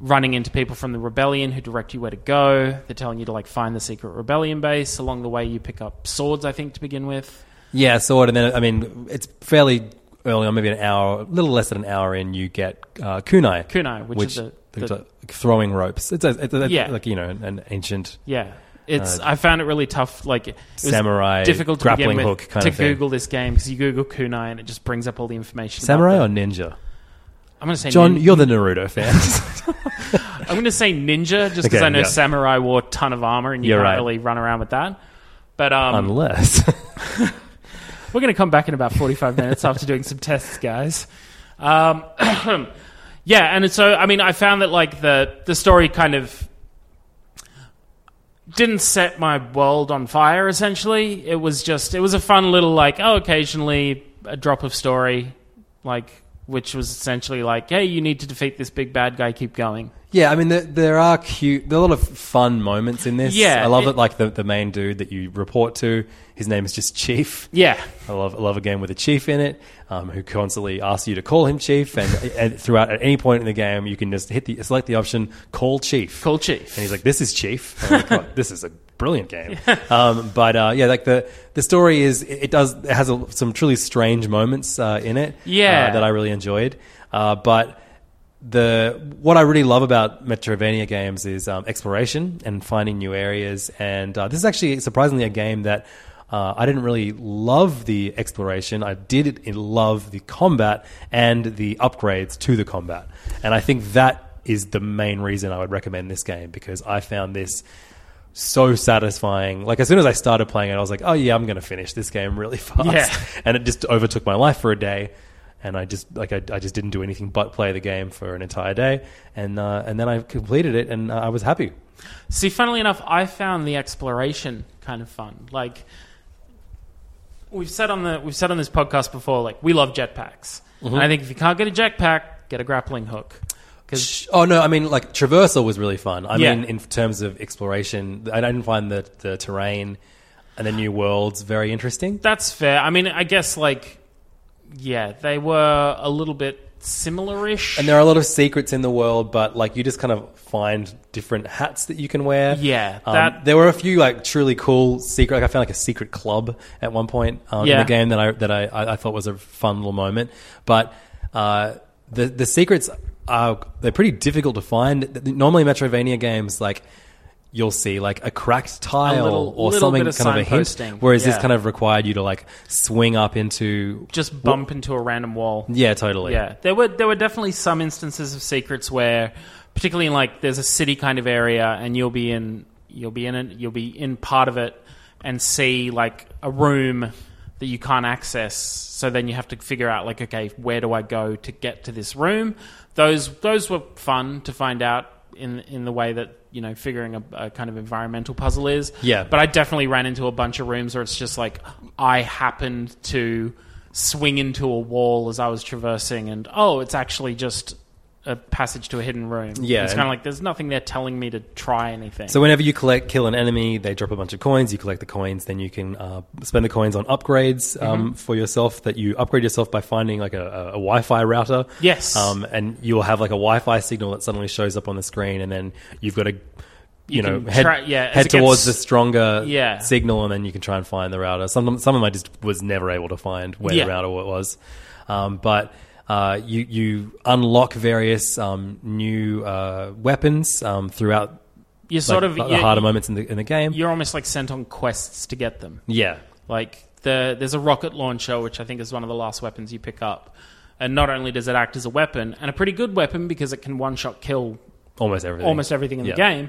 S6: running into people from the rebellion who direct you where to go. They're telling you to like find the secret rebellion base. Along the way, you pick up swords, I think, to begin with.
S5: Yeah, sort of. And then, I mean, it's fairly early on, maybe an hour, a little less than an hour in, you get uh, kunai.
S6: Kunai, which is the-
S5: things
S6: the-
S5: like throwing ropes. It's, a, it's, a-
S6: Yeah.
S5: like, you know, an ancient.
S6: Yeah. It's. I found it really tough. Like it was
S5: Uh, Samurai
S6: difficult to begin
S5: grappling
S6: with,
S5: hook kind
S6: to
S5: of thing.
S6: Google this game because you Google kunai and it just brings up all the information. about
S5: Samurai
S6: the-
S5: or ninja?
S6: I'm going to say
S5: John,
S6: nin-
S5: you're the Naruto fan.
S6: I'm going to say ninja just because
S5: Okay,
S6: I know
S5: yeah.
S6: samurai wore a ton of armor and you
S5: You're
S6: can't
S5: right.
S6: really run around with that. But um,
S5: Unless.
S6: we're going to come back in about 45 minutes after doing some tests, guys. Um, yeah, and so I mean, I found that like the the story kind of didn't set my world on fire. Essentially, it was just it was a fun little like oh, occasionally a drop of story, like which was essentially like hey, you need to defeat this big bad guy. Keep going.
S5: yeah, I mean, there, there are cute, there are a lot of fun moments in this.
S6: Yeah,
S5: I love
S6: it-
S5: it, like the, the main dude that you report to. His name is just Chief.
S6: Yeah.
S5: I love, I love a game with a chief in it um, who constantly asks you to call him chief. And, and throughout, at any point in the game, you can just hit the select the option call chief.
S6: Cool chief.
S5: And he's like, "This is chief. And I'm like, "God, this is a brilliant game." Um, but uh, yeah, like the the story is it, it does it has a, some truly strange moments uh, in it.
S6: Yeah.
S5: uh, that I really enjoyed. Uh, but the what I really love about Metrovania games is um, exploration and finding new areas. And uh, this is actually surprisingly a game that. Uh, I didn't really love the exploration. I did it- love the combat and the upgrades to the combat, and I think that is the main reason I would recommend this game because I found this so satisfying. Like as soon as I started playing it, I was like, "Oh yeah, I'm going to finish this game really fast."
S6: Yeah.
S5: And it just overtook my life for a day, and I just like I, I just didn't do anything but play the game for an entire day, and uh, and then I completed it, and uh, I was happy.
S6: See, funnily enough, I found the exploration kind of fun. Like we've said on the we've said on this podcast before, like we love jetpacks.
S5: Mm-hmm.
S6: And I think if you can't get a jetpack, get a grappling hook. Because
S5: Oh no, I mean like traversal was really fun. I
S6: Yeah.
S5: mean in terms of exploration, I didn't find the the terrain and the new worlds very interesting.
S6: that's fair. I mean, I guess like yeah, they were a little bit similar-ish.
S5: And there are a lot of secrets in the world, but like you just kind of find different hats that you can wear.
S6: Yeah,
S5: Um,
S6: that-
S5: there were a few like truly cool secret. Like I found like a secret club at one point um, in
S6: Yeah.
S5: the game that I that I- I, I thought was a fun little moment. But uh, the the secrets are they're pretty difficult to find. Normally, Metrovania games like. You'll see like a cracked tile
S6: little-
S5: or
S6: little
S5: something
S6: bit of
S5: kind of a
S6: signposting.
S5: hint, whereas this
S6: Yeah.
S5: kind of required you to like swing up into
S6: just bump into a random wall.
S5: yeah, totally
S6: Yeah, there were there were definitely some instances of secrets where, particularly in like there's a city kind of area, and you'll be in you'll be in it, you'll be in part of it, and see like a room that you can't access. So then you have to figure out like, okay, where do I go to get to this room? Those those were fun to find out in in the way that you know figuring a, a kind of environmental puzzle is.
S5: Yeah.
S6: but I definitely ran into a bunch of rooms where it's just like I happened to swing into a wall as I was traversing, and oh, it's actually just. A passage to a hidden room.
S5: Yeah,
S6: it's kind of
S5: and-
S6: like there's nothing there telling me to try anything.
S5: So whenever you collect, kill an enemy, they drop a bunch of coins. You collect the coins, then you can uh, spend the coins on upgrades um,
S6: Mm-hmm.
S5: for yourself. That you upgrade yourself by finding like a, a, a Wi-Fi router.
S6: Yes.
S5: um, and you'll have like a Wi-Fi signal that suddenly shows up on the screen, and then you've got to, you, know,
S6: can
S5: head,
S6: try- yeah, as
S5: head
S6: it gets-
S5: towards the stronger
S6: Yeah.
S5: signal, and then you can try and find the router. Some some of them I just was never able to find where
S6: Yeah.
S5: the router was, um, but. Uh, you you unlock various um, new uh, weapons um, throughout
S6: you're sort
S5: like,
S6: of
S5: the
S6: you're,
S5: harder moments in the in the game.
S6: you're almost like sent on quests to get them.
S5: yeah,
S6: Like the there's a rocket launcher, which I think is one of the last weapons you pick up, and not only does it act as a weapon and a pretty good weapon because it can one shot kill
S5: almost everything.
S6: almost everything in
S5: Yeah.
S6: the game.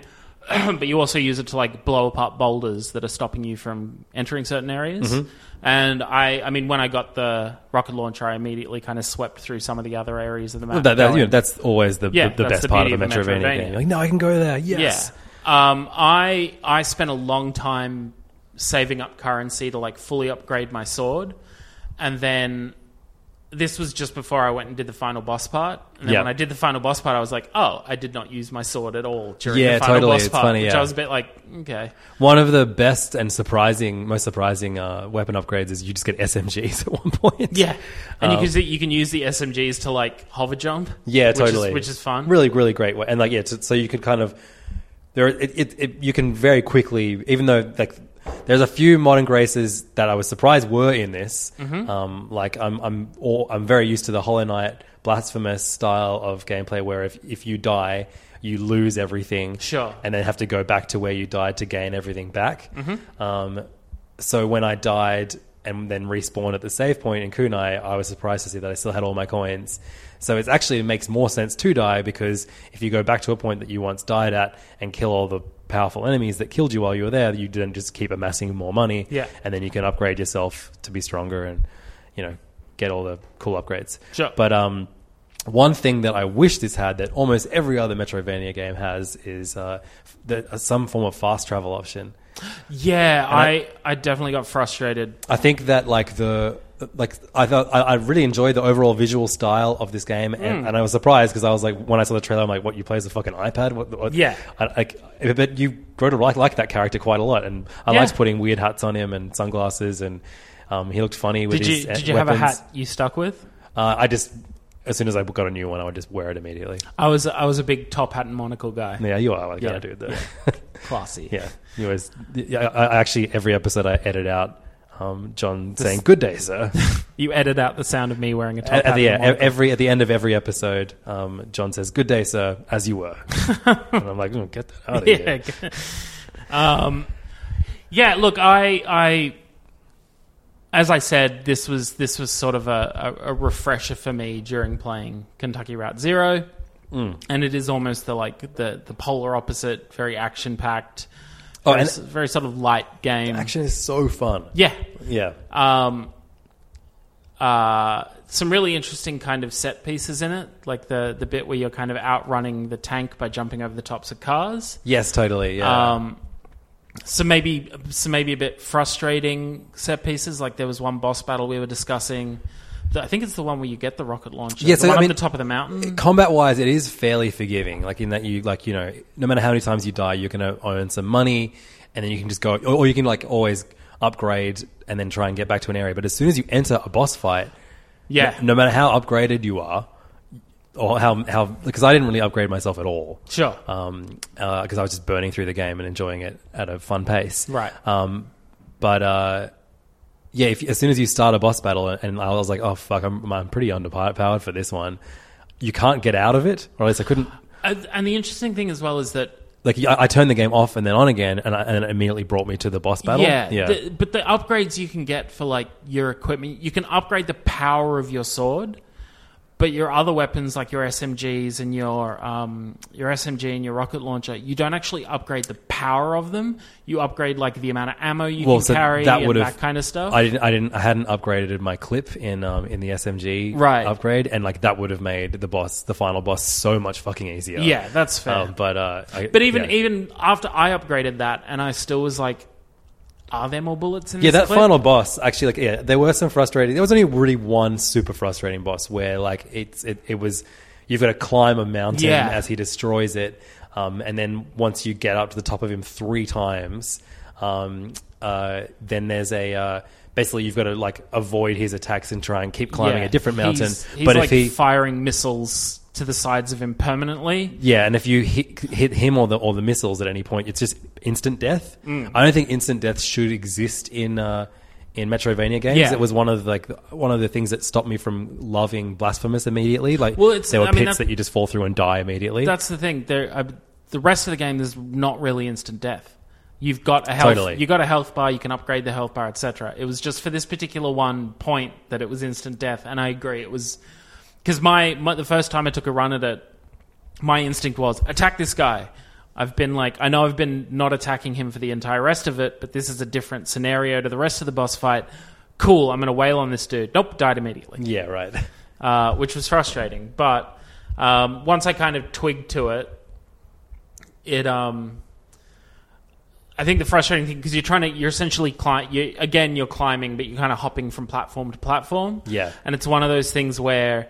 S6: but you also use it to like blow apart boulders that are stopping you from entering certain areas.
S5: Mm-hmm.
S6: And I, I mean, when I got the rocket launcher, I immediately kind of swept through some of the other areas of the map.
S5: That, that, you know,
S6: going-
S5: that's always the,
S6: Yeah,
S5: the, the
S6: that's
S5: best
S6: the
S5: part
S6: beauty
S5: of a
S6: of a
S5: Metrovania,
S6: Metroidvania.
S5: game. You're like, no, I can go there. Yes.
S6: Yeah. Um, I I spent a long time saving up currency to like fully upgrade my sword, and then this was just before I went and did the final boss part. And then
S5: Yeah.
S6: when I did the final boss part, I was like, oh, I did not use my sword at all during
S5: Yeah,
S6: the final
S5: totally.
S6: boss
S5: It's
S6: part,
S5: funny,
S6: which
S5: yeah.
S6: I was a bit like, okay,
S5: One of the best and surprising, most surprising uh, weapon upgrades is you just get SMGs at one point.
S6: yeah. And
S5: Um,
S6: you can see, you can use the SMGs to like hover jump.
S5: Yeah,
S6: which
S5: totally.
S6: is, which is fun.
S5: Really, really great. way. And like, yeah, so so you could kind of there. It, it, it you can very quickly, even though like there's a few modern graces that I was surprised were in this.
S6: Mm-hmm.
S5: Um, like I'm I'm all, I'm very used to the Hollow Knight blasphemous style of gameplay where if if you die. You lose everything,
S6: Sure.
S5: and then have to go back to where you died to gain everything back. Um, so when I died and then respawned at the save point in Kunai, I was surprised to see that I still had all my coins. So it's actually it makes more sense to die because if you go back to a point that you once died at and kill all the powerful enemies that killed you while you were there, you then just keep amassing more money.
S6: Yeah.
S5: And then you can upgrade yourself to be stronger and, you know, get all the cool upgrades.
S6: Sure.
S5: But um one thing that I wish this had that almost every other Metrovania game has is uh, f- the, uh, some form of fast travel option.
S6: Yeah,
S5: I-
S6: I, I definitely got frustrated
S5: I think that like the like I thought I, I really enjoyed the overall visual style of this game,
S6: Hmm.
S5: and, and I was surprised because I was like, when I saw the trailer, I'm like, "What you play as a fucking iPad?" What, what?
S6: Yeah.
S5: I, I, but you grow to like like that character quite a lot, and I
S6: Yeah.
S5: liked putting weird hats on him and sunglasses, and um, he looked funny with
S6: Did
S5: his
S6: you
S5: uh,
S6: did you have a
S5: weapons.
S6: hat you stuck with?
S5: Uh, I just as soon as I got a new one, I would just wear it immediately.
S6: I was I was a big top hat and monocle guy.
S5: Yeah, you are like
S6: Yeah.
S5: yeah, dude. Though.
S6: Classy.
S5: yeah, you always. Yeah, I, I actually every episode I edit out um, John saying "Good day, sir."
S6: You edit out the sound of me wearing a top
S5: at, at
S6: hat.
S5: the
S6: and
S5: end,
S6: monocle.
S5: every at the end of every episode, um, John says, "Good day, sir, as you were," and I'm like, "Mm, "Get that out of
S6: yeah.
S5: here!"
S6: um, yeah. Look, I, I, as I said, this was this was sort of a, a, a refresher for me during playing Kentucky Route Zero,
S5: Mm.
S6: and it is almost the like the the polar opposite, very action packed,
S5: Oh,
S6: very,
S5: and-
S6: s- very sort of light game.
S5: Action is so fun.
S6: Yeah,
S5: Yeah,
S6: um, uh, some really interesting kind of set pieces in it, like the the bit where you're kind of outrunning the tank by jumping over the tops of cars.
S5: yes, totally. Yeah,
S6: Um, so maybe so maybe a bit frustrating set pieces. Like there was one boss battle we were discussing. that- I think it's the one where you get the rocket launcher.
S5: Yeah,
S6: the
S5: so,
S6: one
S5: I
S6: up
S5: mean-
S6: the top of the mountain.
S5: combat wise, it is fairly forgiving. Like in that you like you know, no matter how many times you die, you're going to earn some money, and then you can just go, or, or you can like always upgrade and then try and get back to an area. But as soon as you enter a boss fight,
S6: yeah,
S5: no, no matter how upgraded you are. Or how how because I didn't really upgrade myself at all.
S6: sure,
S5: um, uh 'cause I was just burning through the game and enjoying it at a fun pace.
S6: Right.
S5: Um, but uh, yeah, if, as soon as you start a boss battle, and I was like, oh fuck, I'm I'm pretty underpowered for this one. You can't get out of it, or at least I couldn't.
S6: and, and the interesting thing as well is that
S5: Like I, I turned the game off and then on again, and, I, and it immediately brought me to the boss battle.
S6: Yeah, the- but the upgrades you can get for like your equipment, you can upgrade the power of your sword, But your other weapons, like your SMGs and your um, your SMG and your rocket launcher, you don't actually upgrade the power of them. You upgrade like the amount of ammo you
S5: Well,
S6: can
S5: so
S6: carry
S5: that
S6: and
S5: would've-
S6: that kind of stuff.
S5: I didn't, I didn't, I hadn't upgraded my clip in um in the SMG
S6: Right.
S5: upgrade, and like that would have made the boss, the final boss, so much fucking easier.
S6: yeah, that's fair.
S5: Um, but uh, I,
S6: But even
S5: yeah.
S6: even after I upgraded that, and I still was like, "Are there more bullets in
S5: Yeah,
S6: this?"
S5: that
S6: clip?
S5: final boss actually, like, yeah, there were some frustrating. There was only really one super frustrating boss where, like, it's it, it was you've got to climb a mountain
S6: Yeah.
S5: as he destroys it, um, and then once you get up to the top of him three times, um, uh, then there's a uh, basically you've got to like avoid his attacks and try and keep climbing
S6: Yeah.
S5: a different mountain.
S6: He's, he's
S5: but
S6: like
S5: if he
S6: firing missiles to the sides of him permanently,
S5: yeah, and if you hit, hit him or the or the missiles at any point, it's just instant death.
S6: Mm.
S5: I don't think instant death should exist in uh, in Metroidvania games.
S6: Yeah.
S5: It was one of the, like one of the things that stopped me from loving Blasphemous immediately. Like,
S6: Well, it's-
S5: there were
S6: I mean,
S5: pits
S6: that-
S5: that you just fall through and die immediately.
S6: that's the thing. There, uh, the rest of the game is not really instant death. You've got a health,
S5: Totally.
S6: you got a health bar. You can upgrade the health bar, etc. It was just for this particular one point that it was instant death, and I agree. It was because my, my the first time I took a run at it, my instinct was attack this guy. I've been like, I know I've been not attacking him for the entire rest of it, but this is a different scenario to the rest of the boss fight. Cool, I'm going to wail on this dude. Nope, died immediately
S5: yeah, right.
S6: uh, which was frustrating. But um, once I kind of twigged to it, it um, I think the frustrating thing because you're trying to you're essentially climb you again you're climbing but you're kind of hopping from platform to platform.
S5: Yeah.
S6: and it's one of those things where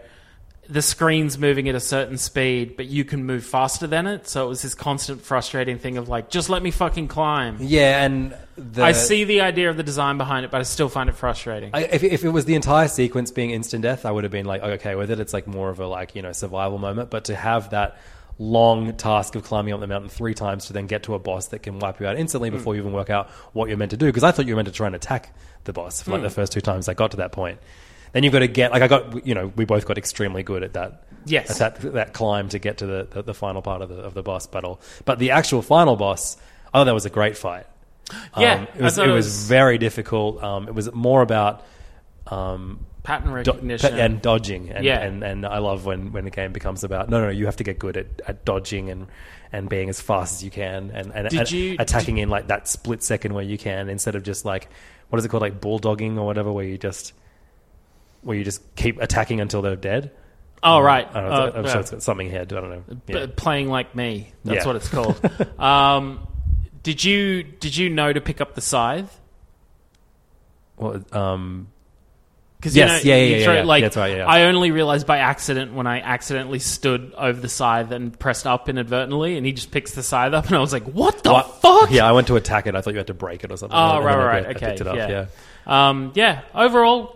S6: the screen's moving at a certain speed but you can move faster than it so it was this constant frustrating thing of like just let me fucking climb
S5: Yeah, and the,
S6: i see the idea of the design behind it but i still find it frustrating
S5: I, if, if it was the entire sequence being instant death, I would have been like, okay with it. It's like more of a like you know survival moment. But to have that long task of climbing up the mountain three times to then get to a boss that can wipe you out
S6: Hmm.
S5: instantly before you even work out what you're meant to do, because I thought you were meant to try and attack the boss for like
S6: Hmm.
S5: the first two times I got to that point. Then you've got to get like I got you know we both got extremely good at that
S6: Yes.
S5: at that that climb to get to the, the, the final part of the of the boss battle. But the actual final boss, I thought that was a great fight.
S6: Yeah,
S5: Um,
S6: I
S5: it was,
S6: thought
S5: it
S6: it
S5: was
S6: was-
S5: very difficult. Um, it was more about um,
S6: pattern
S5: do-
S6: recognition
S5: and dodging. And,
S6: Yeah.
S5: and, and I love when, when the game becomes about no, no, you have to get good at, at dodging and, and being as fast as you can and, and,
S6: Did
S5: and
S6: you-
S5: attacking in like that split second where you can instead of just like, what is it called? Like bulldogging or whatever, where you just. Where you just keep attacking until they're dead.
S6: oh right
S5: I don't know,
S6: Uh,
S5: I'm
S6: yeah.
S5: sure it's got something here. I don't know.
S6: B
S5: Yeah.
S6: playing like me. That's
S5: Yeah.
S6: what it's called. um, did you did you know to pick up the scythe?
S5: Well, um,
S6: Because
S5: Yes, yeah, yeah, yeah, yeah.
S6: Like
S5: That's right, yeah.
S6: I only realized by accident when I accidentally stood over the scythe and pressed up inadvertently, and he just picks the scythe up, and I was like, "What the
S5: well,
S6: fuck?"
S5: Yeah, I went to attack it. I thought you had to break it or something.
S6: Oh
S5: And
S6: right,
S5: then I
S6: right,
S5: picked- I
S6: okay.
S5: picked it up,
S6: yeah.
S5: yeah.
S6: Um, yeah. Overall,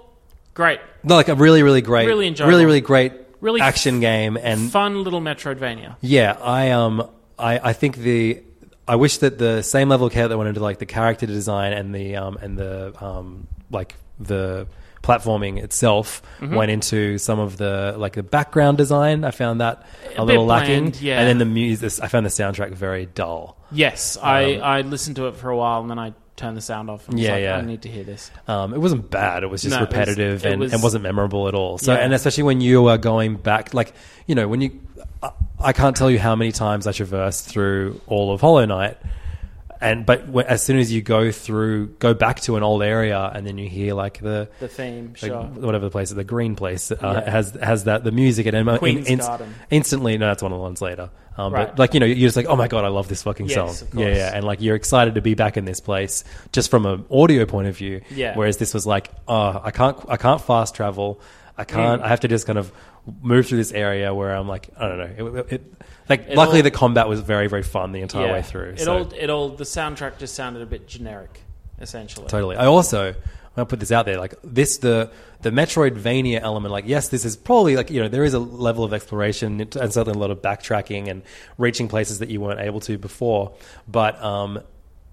S6: great,
S5: No, like a really, really great,
S6: Really enjoyable.
S5: really, really great,
S6: Really
S5: action game, and
S6: fun little Metroidvania.
S5: Mm. yeah, I um, I, I think the, I wish that the same level of care that went into like the character design and the um and the um like the platforming itself
S6: Mm-hmm.
S5: went into some of the like the background design. I found that a,
S6: A bit
S5: little
S6: bland,
S5: lacking,
S6: yeah.
S5: and then the music. I found the soundtrack very dull.
S6: Yes, I I listened to it for a while, and then I turned the sound off. And was
S5: Um, Yeah,
S6: like,
S5: yeah.
S6: I need to hear this.
S5: Um, it wasn't bad. It was just
S6: No, it was-
S5: repetitive
S6: it
S5: and,
S6: was-
S5: and wasn't memorable at all. So,
S6: Yeah.
S5: and especially when you are going back, like, you know, when you, I, I can't tell you how many times I traversed through all of Hollow Knight. And, but wh- as soon as you go through, go back to an old area and then you hear like the,
S6: The theme,
S5: like,
S6: sure.
S5: whatever the place, the green place uh,
S6: Yeah.
S5: has has that the music and in,
S6: Queen's
S5: in-
S6: Garden.
S5: instantly. No, that's one of the ones later. Um,
S6: Right.
S5: But like you know, you're just like, oh my god, I love this fucking
S6: Yes,
S5: song.
S6: of
S5: Yeah,
S6: course.
S5: yeah, and like you're excited to be back in this place just from an audio point of view.
S6: Yeah.
S5: Whereas this was like, oh, I can't, I can't fast travel.
S6: Mm.
S5: I can't. I have to just kind of move through this area where I'm like, I don't know. It, it, like,
S6: It
S5: luckily
S6: all-
S5: the combat was very, very fun the entire way through.
S6: It
S5: so.
S6: all it all the soundtrack just sounded a bit generic, essentially.
S5: Totally. I also I'm gonna put this out there, like this the the Metroidvania element, like yes, this is probably like you know there is a level of exploration and certainly a lot of backtracking and reaching places that you weren't able to before, but um,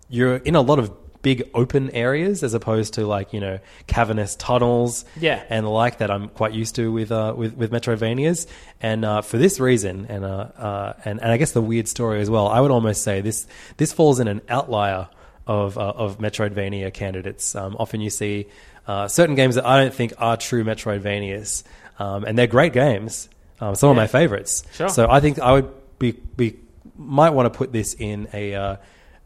S5: you're in a lot of big open areas as opposed to like you know cavernous tunnels
S6: Yeah.
S5: and the like that I'm quite used to with uh, with, with Metrovanias. And uh, for this reason, and, uh, uh, and and I guess the weird story as well, I would almost say this this falls in an outlier of uh, of Metroidvania candidates. Um, often you see uh, certain games that I don't think are true Metroidvanias. um, and they're great games. Um, some of my favorites.
S6: Sure.
S5: So I think I would be, be might want to put this in a uh,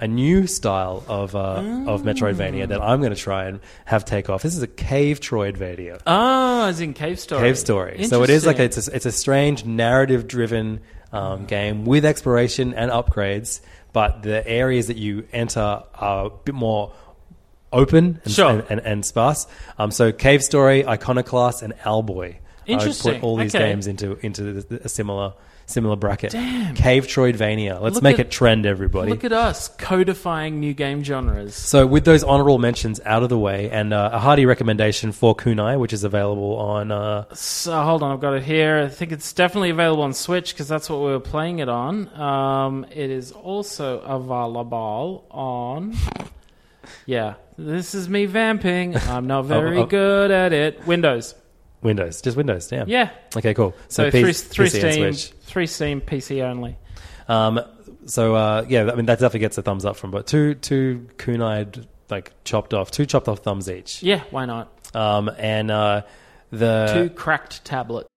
S5: a new style of uh, of Metroidvania that I'm going to try and have take off. This is a cave Troidvania.
S6: Oh, as in Cave Story.
S5: Cave story. So it is like a,
S6: Interesting.
S5: it's a, it's a strange narrative driven um, game with exploration and upgrades, but the areas that you enter are a bit more open and,
S6: Sure.
S5: and, and, and sparse. Um, so Cave Story, Iconoclast, and Owlboy. I would
S6: Interesting.
S5: put all these
S6: Okay.
S5: games into into the, a similar similar bracket. Damn. Cave Troidvania. Let's
S6: Look
S5: make
S6: at-
S5: it trend, everybody.
S6: Look at us codifying new game genres.
S5: So, with those honorable mentions out of the way, and uh, a hearty recommendation for Kunai, which is available on uh,
S6: So hold on, I've got it here. I think it's definitely available on Switch because that's what we were playing it on. Um, it is also available on. Yeah, this is me vamping. I'm not very
S5: Oh, oh.
S6: good at it. Windows.
S5: Windows, just Windows. Damn.
S6: Yeah.
S5: Okay, cool.
S6: So,
S5: So, P-
S6: through, through
S5: PC and
S6: Steam,
S5: Switch.
S6: through Steam, PC only.
S5: Um, so uh, yeah, I mean that definitely gets a thumbs up from but two two kunai like chopped off two chopped off thumbs each.
S6: Yeah, why not?
S5: Um, and uh, the
S6: Two cracked tablets.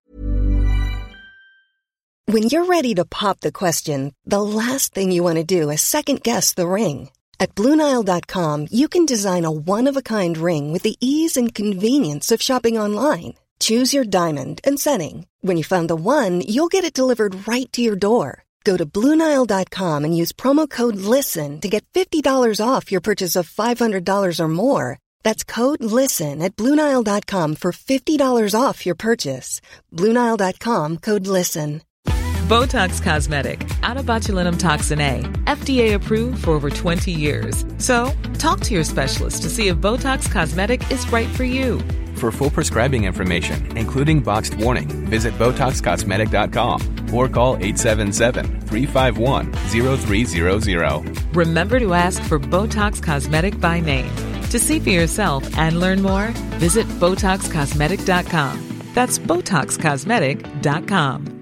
S7: When you're ready to pop the question, the last thing you want to do is second guess the ring. At Bluenile.com, you can design a one of a kind ring with the ease and convenience of shopping online. Choose your diamond and setting. When you find the one, you'll get it delivered right to your door. Go to Bluenile.com and use promo code LISTEN to get $50 off your purchase of $500 or more. That's code LISTEN at Bluenile.com for $50 off your purchase. Bluenile.com code LISTEN.
S8: Botox Cosmetic, out of botulinum toxin A, FDA approved for over 20 years. So, talk to your specialist to see if Botox Cosmetic is right for you.
S9: For full prescribing information, including boxed warning, visit BotoxCosmetic.com or call 877-351-0300.
S8: Remember to ask for Botox Cosmetic by name. To see for yourself and learn more, visit BotoxCosmetic.com. That's BotoxCosmetic.com.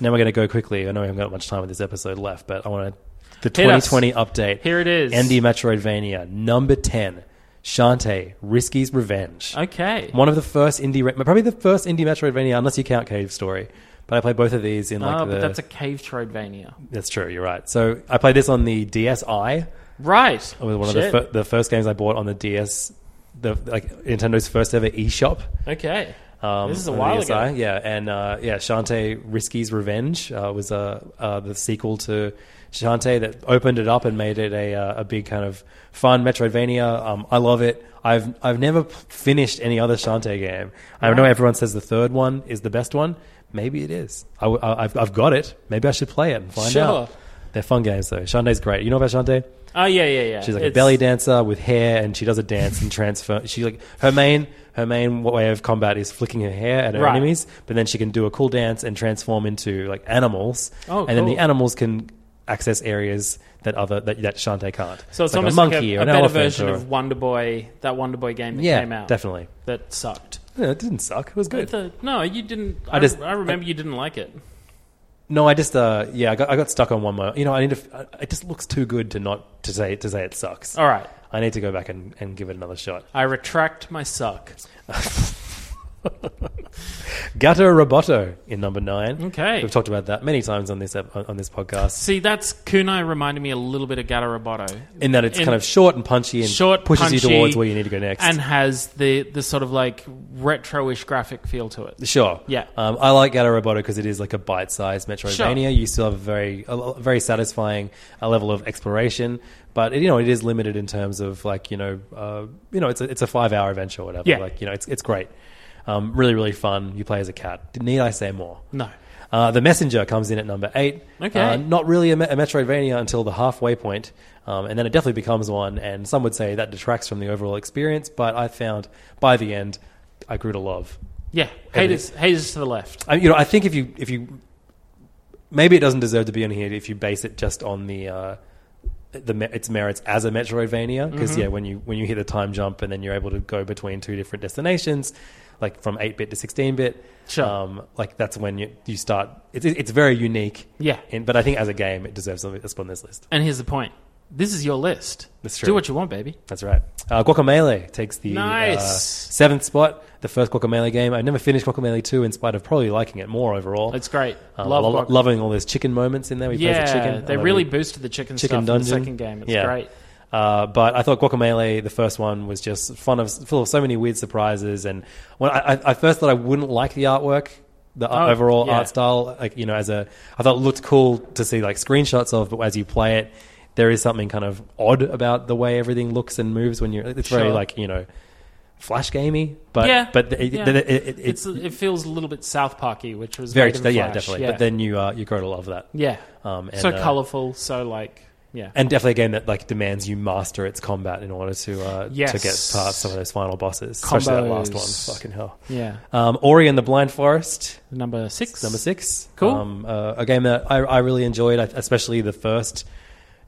S5: now we're going to go quickly. I know we haven't got much time with this episode left, but I want to the
S6: Hit us.
S5: 2020 update.
S6: Here it is.
S5: ND Metroidvania number ten. Shantae, Risky's Revenge.
S6: Okay.
S5: One of the first indie, probably the first indie Metroidvania, unless you count Cave Story. But I played both of these in like
S6: oh,
S5: the.
S6: but that's a cave Troidvania.
S5: that's true. You're right. So I played this on the DSi,
S6: Right.
S5: It was Oh, one
S6: Shit.
S5: of the, fir- the first games I bought on the DS, the like Nintendo's first ever eShop.
S6: Okay.
S5: Um,
S6: this is a
S5: on the
S6: while
S5: DSi.
S6: ago.
S5: Yeah, and uh, yeah, Shantae Risky's Revenge uh, was uh, uh, the sequel to Shantae that opened it up and made it a, uh, a big kind of fun Metroidvania. Um, I love it. I've I've never p- finished any other Shantae game. I know everyone says the third one is the best one. Maybe it is. I w- I, have I've got it. Maybe I should play it and find
S6: Sure.
S5: out. They're fun games though. Shantae's great. You know about Shantae?
S6: Oh yeah, yeah, yeah.
S5: She's like a
S6: It's-
S5: belly dancer with hair, and she does a dance and transfer. She like her main her main way of combat is flicking her hair at her
S6: Right.
S5: enemies, but then she can do a cool dance and transform into like animals.
S6: Oh,
S5: and then the
S6: cool.
S5: animals can access areas that other that, that Shantae can't.
S6: So it's,
S5: like
S6: almost
S5: a monkey
S6: like a,
S5: or
S6: a
S5: an
S6: better
S5: elephant
S6: version
S5: or-
S6: of Wonder Boy, that Wonder Boy game that
S5: yeah,
S6: came out.
S5: definitely.
S6: That sucked.
S5: No, it didn't suck. It was good.
S6: The- no, you didn't. I,
S5: I just-
S6: I remember you didn't like it.
S5: No, I just uh yeah, I got, I got stuck on one moment. You know, I need to. f- It just looks too good to not to say to say it sucks.
S6: All right.
S5: I need to go back and, and give it another shot.
S6: I retract my suck.
S5: Gatto Roboto in number nine.
S6: Okay.
S5: we've talked about that many times on this ep- on this podcast.
S6: See, that's Kunai reminded me a little bit of Gato Roboto.
S5: In that it's
S6: In-
S5: kind of short and punchy and
S6: Short,
S5: pushes you
S6: punchy,
S5: towards where you need to go next.
S6: And has the, the sort of like retro ish graphic feel to it.
S5: sure,
S6: Yeah.
S5: um, I like Gatto Roboto because it is like a bite-sized Metroidvania.
S6: Sure.
S5: You still have a very a lo- very satisfying uh level of exploration, but it, you know it is limited in terms of like you know uh, you know it's a, it's a five-hour adventure or whatever.
S6: Yeah.
S5: like you know it's it's great, um, really really fun. You play as a cat. Need I say more?
S6: No.
S5: Uh, the Messenger comes in at number eight.
S6: Okay.
S5: Uh, not really a, me- a Metroidvania until the halfway point, um, and then it definitely becomes one. And some would say that detracts from the overall experience, but I found by the end, I grew to love.
S6: Yeah. Haters, haters to the left.
S5: I, you know, I think if you if you maybe it doesn't deserve to be on here if you base it just on the. Uh, the me- its merits as a Metroidvania because
S6: Mm-hmm.
S5: yeah when you when you hit the time jump and then you're able to go between two different destinations like from 8-bit to 16-bit
S6: Sure.
S5: um, like that's when you, you start it's, it's very unique
S6: Yeah.
S5: and, but I think as a game it deserves a spot on this list
S6: And here's the point This is your list.
S5: That's true.
S6: Do what you want, baby.
S5: That's right. Uh, Guacamele takes the
S6: Nice.
S5: uh, seventh spot. The first Guacamele game. I never finished Guacamele two, in spite of probably liking it more overall.
S6: It's great.
S5: Uh,
S6: Love
S5: lo-
S6: guac-
S5: loving all those chicken moments in there. We
S6: yeah,
S5: played the chicken.
S6: they
S5: I love
S6: really
S5: it.
S6: boosted the chicken, stuff
S5: chicken dungeon.
S6: in the second game. It's
S5: Yeah.
S6: great.
S5: Uh, but I thought Guacamole, the first one, was just fun of full of so many weird surprises. And when I, I, I first thought I wouldn't like the artwork, the
S6: Oh,
S5: overall
S6: yeah.
S5: art style, like you know, as a I thought it looked cool to see like screenshots of, but as you play it, there is something kind of odd about the way everything looks and moves when you're. It's very
S6: Sure.
S5: like you know, flash gamey, but
S6: yeah,
S5: but it,
S6: Yeah.
S5: it, it, it,
S6: it's it feels a little bit South Parky, which was
S5: very
S6: made in
S5: yeah
S6: Flash.
S5: definitely.
S6: Yeah.
S5: But then you uh, you grow to love that.
S6: yeah,
S5: Um, and,
S6: so
S5: uh,
S6: colorful, so like yeah,
S5: and definitely a game that like demands you master its combat in order to uh,
S6: Yes.
S5: to get past some of those final bosses, especially that last
S6: Combos.
S5: one. Fucking hell!
S6: yeah.
S5: Um, Ori and the Blind Forest,
S6: Number six,
S5: number six.
S6: Cool.
S5: Um, uh, a game that I, I really enjoyed, I- especially the first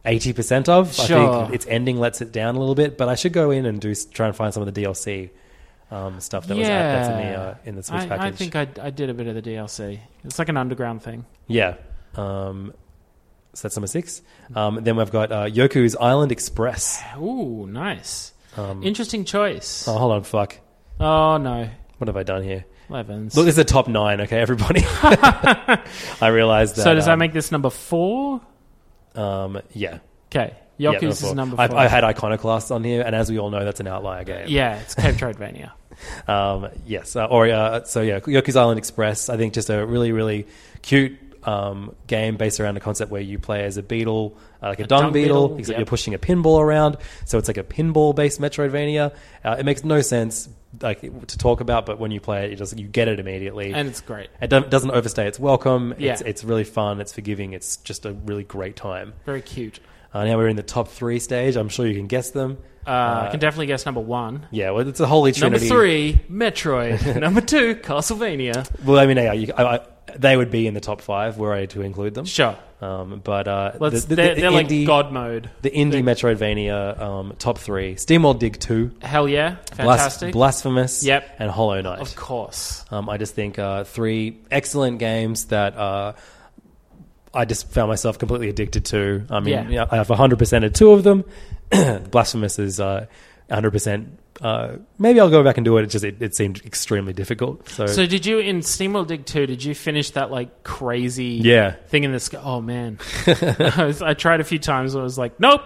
S5: eighty percent of. I
S6: Sure.
S5: think its ending lets it down a little bit, but I should go in and do s- try and find some of the DLC um, stuff that was at, that's in the uh, in the Switch
S6: I,
S5: package.
S6: I think I, I did a bit of the DLC. It's like an underground thing.
S5: yeah. Um, so that's number six. Um, then we've got uh, Yoku's Island Express.
S6: Ooh, nice. Interesting choice.
S5: Um, Oh,
S6: Oh,
S5: hold on, fuck.
S6: no,
S5: What have I done here?
S6: Levens.
S5: Look, this is a top nine, okay, everybody. I realize that.
S6: so does that
S5: um,
S6: make this number four?
S5: Um, yeah.
S6: Okay,
S5: Yeah,
S6: Yoku's is number
S5: I,
S6: four.
S5: I had Iconoclasts on here, and as we all know, that's an outlier game.
S6: yeah, it's Cape Tradevania.
S5: Um, yes. Uh, or uh, so yeah, Yoku's Island Express. I think just a really really cute um, game based around a concept where you play as a beetle, uh, like a, dung,
S6: dung
S5: beetle,
S6: beetle,
S5: except
S6: yep.
S5: you're pushing a pinball around. So it's like a pinball based Metroidvania. Uh, it makes no sense like to talk about, but when you play it, you just you get it immediately,
S6: And it's great.
S5: It don't- doesn't overstay its welcome.
S6: Yeah.
S5: It's, it's really fun. It's forgiving. It's just a really great time.
S6: Very cute.
S5: Uh, now we're in the top three stage. I'm sure you can guess them.
S6: Uh, I can definitely guess number one.
S5: Yeah, well, it's a holy
S6: Number
S5: trinity.
S6: three, Metroid. number two, Castlevania.
S5: Well, I mean, yeah, you, I, I, they would be in the top five were I to include them.
S6: Sure.
S5: Um, but uh,
S6: Let's, they're they're like God mode.
S5: the indie Metroidvania um, top three: SteamWorld Dig Two,
S6: Hell yeah.
S5: Blas-
S6: Fantastic.
S5: Blasphemous,
S6: Yep.
S5: and Hollow Knight.
S6: Of course.
S5: Um, I just think uh, three excellent games that uh, I just found myself completely addicted to. I mean,
S6: Yeah.
S5: yeah, I have 100% of two of them. Blasphemous is uh, 100%. Uh, maybe I'll go back and do it. It just it, it seemed extremely difficult. So,
S6: So did you in SteamWorld Dig 2, did you finish that like crazy
S5: Yeah.
S6: thing in this guy? Oh man. I, was- I tried a few times and I was like, nope.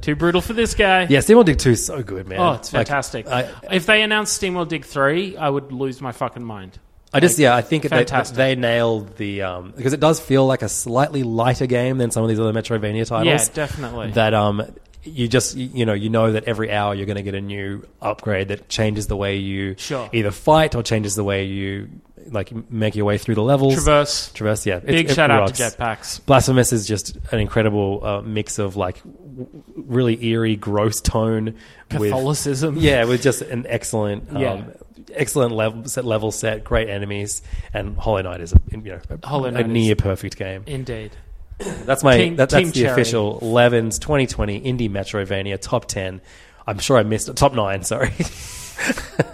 S6: Too brutal for this guy.
S5: yeah, SteamWorld Dig 2 is so good, man.
S6: Oh, it's
S5: Like,
S6: fantastic.
S5: I,
S6: if they announced SteamWorld Dig 3, I would lose my fucking mind.
S5: I just yeah, I think they,
S6: fantastic.
S5: they nailed the um, because it does feel like a slightly lighter game than some of these other Metroidvania titles.
S6: Yeah, definitely.
S5: That um, you just you you know you know that every hour you're going to get a new upgrade that changes the way you
S6: Sure.
S5: either fight or changes the way you like m- make your way through the levels.
S6: Traverse.
S5: traverse. Yeah, It's-
S6: Big
S5: it
S6: shout out
S5: rocks.
S6: to Jetpacks.
S5: Blasphemous is just an incredible uh, mix of like w- really eerie, gross tone with
S6: Catholicism.
S5: yeah, it was just an excellent, um,
S6: Yeah.
S5: excellent level set, level set, great enemies, and Hollow Knight is a, you know a-
S6: Hollow Knight
S5: a
S6: is-
S5: near perfect game.
S6: Indeed.
S5: That's my
S6: Team-
S5: that, that's
S6: Team
S5: the
S6: Cherry.
S5: official Levin's 2020 Indie Metroidvania top ten. I'm sure I missed top nine. Sorry,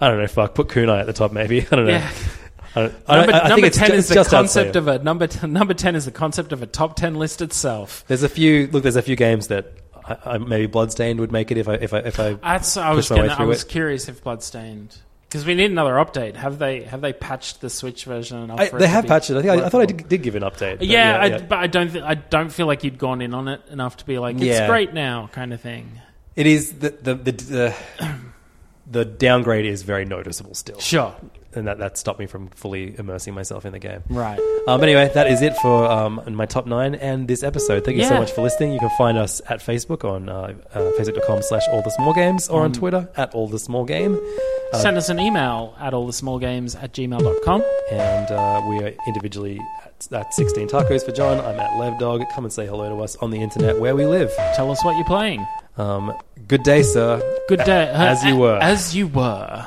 S5: I don't know. Fuck, put Kunai at the top maybe. I don't know.
S6: Yeah.
S5: I don't, I don't-
S6: Number,
S5: I- I
S6: number
S5: think it's
S6: ten
S5: ju-
S6: is
S5: it's
S6: the
S5: just outside.
S6: concept of a number. T- number ten is the concept of a top ten list itself.
S5: There's a few. Look, there's a few games that I, I, maybe Bloodstained would make it if I if I if I.
S6: That's I was
S5: Push my way
S6: gonna, I
S5: through
S6: was
S5: it.
S6: curious if Bloodstained because we need another update. Have they have they patched the Switch version enough?
S5: I
S6: for
S5: they
S6: to
S5: have
S6: be
S5: patched it. I think I, I thought I
S6: workable?
S5: did, did give an update. but
S6: Yeah, I, but I don't. Th- I don't feel like you'd gone in on it enough to be like it's
S5: Yeah.
S6: great now, kind of thing.
S5: It is the the the, the the downgrade is very noticeable still,
S6: Sure.
S5: and that, that stopped me from fully immersing myself in the game.
S6: Right.
S5: Um, anyway, that is it for um, my top nine and this episode. Thank you so
S6: Yeah.
S5: much for listening. You can find us at Facebook on uh, uh, facebook.com slash all the small games or
S6: Mm.
S5: on Twitter at all the small game. Uh,
S6: Send us an email at all the small games at gmail.com.
S5: And uh, we are individually at, at 16 tacos for John. I'm at LevDog. Come and say hello to us on the internet where we live.
S6: Tell us what you're playing.
S5: Um, good day, sir.
S6: Good day.
S5: As you were.
S6: As you were.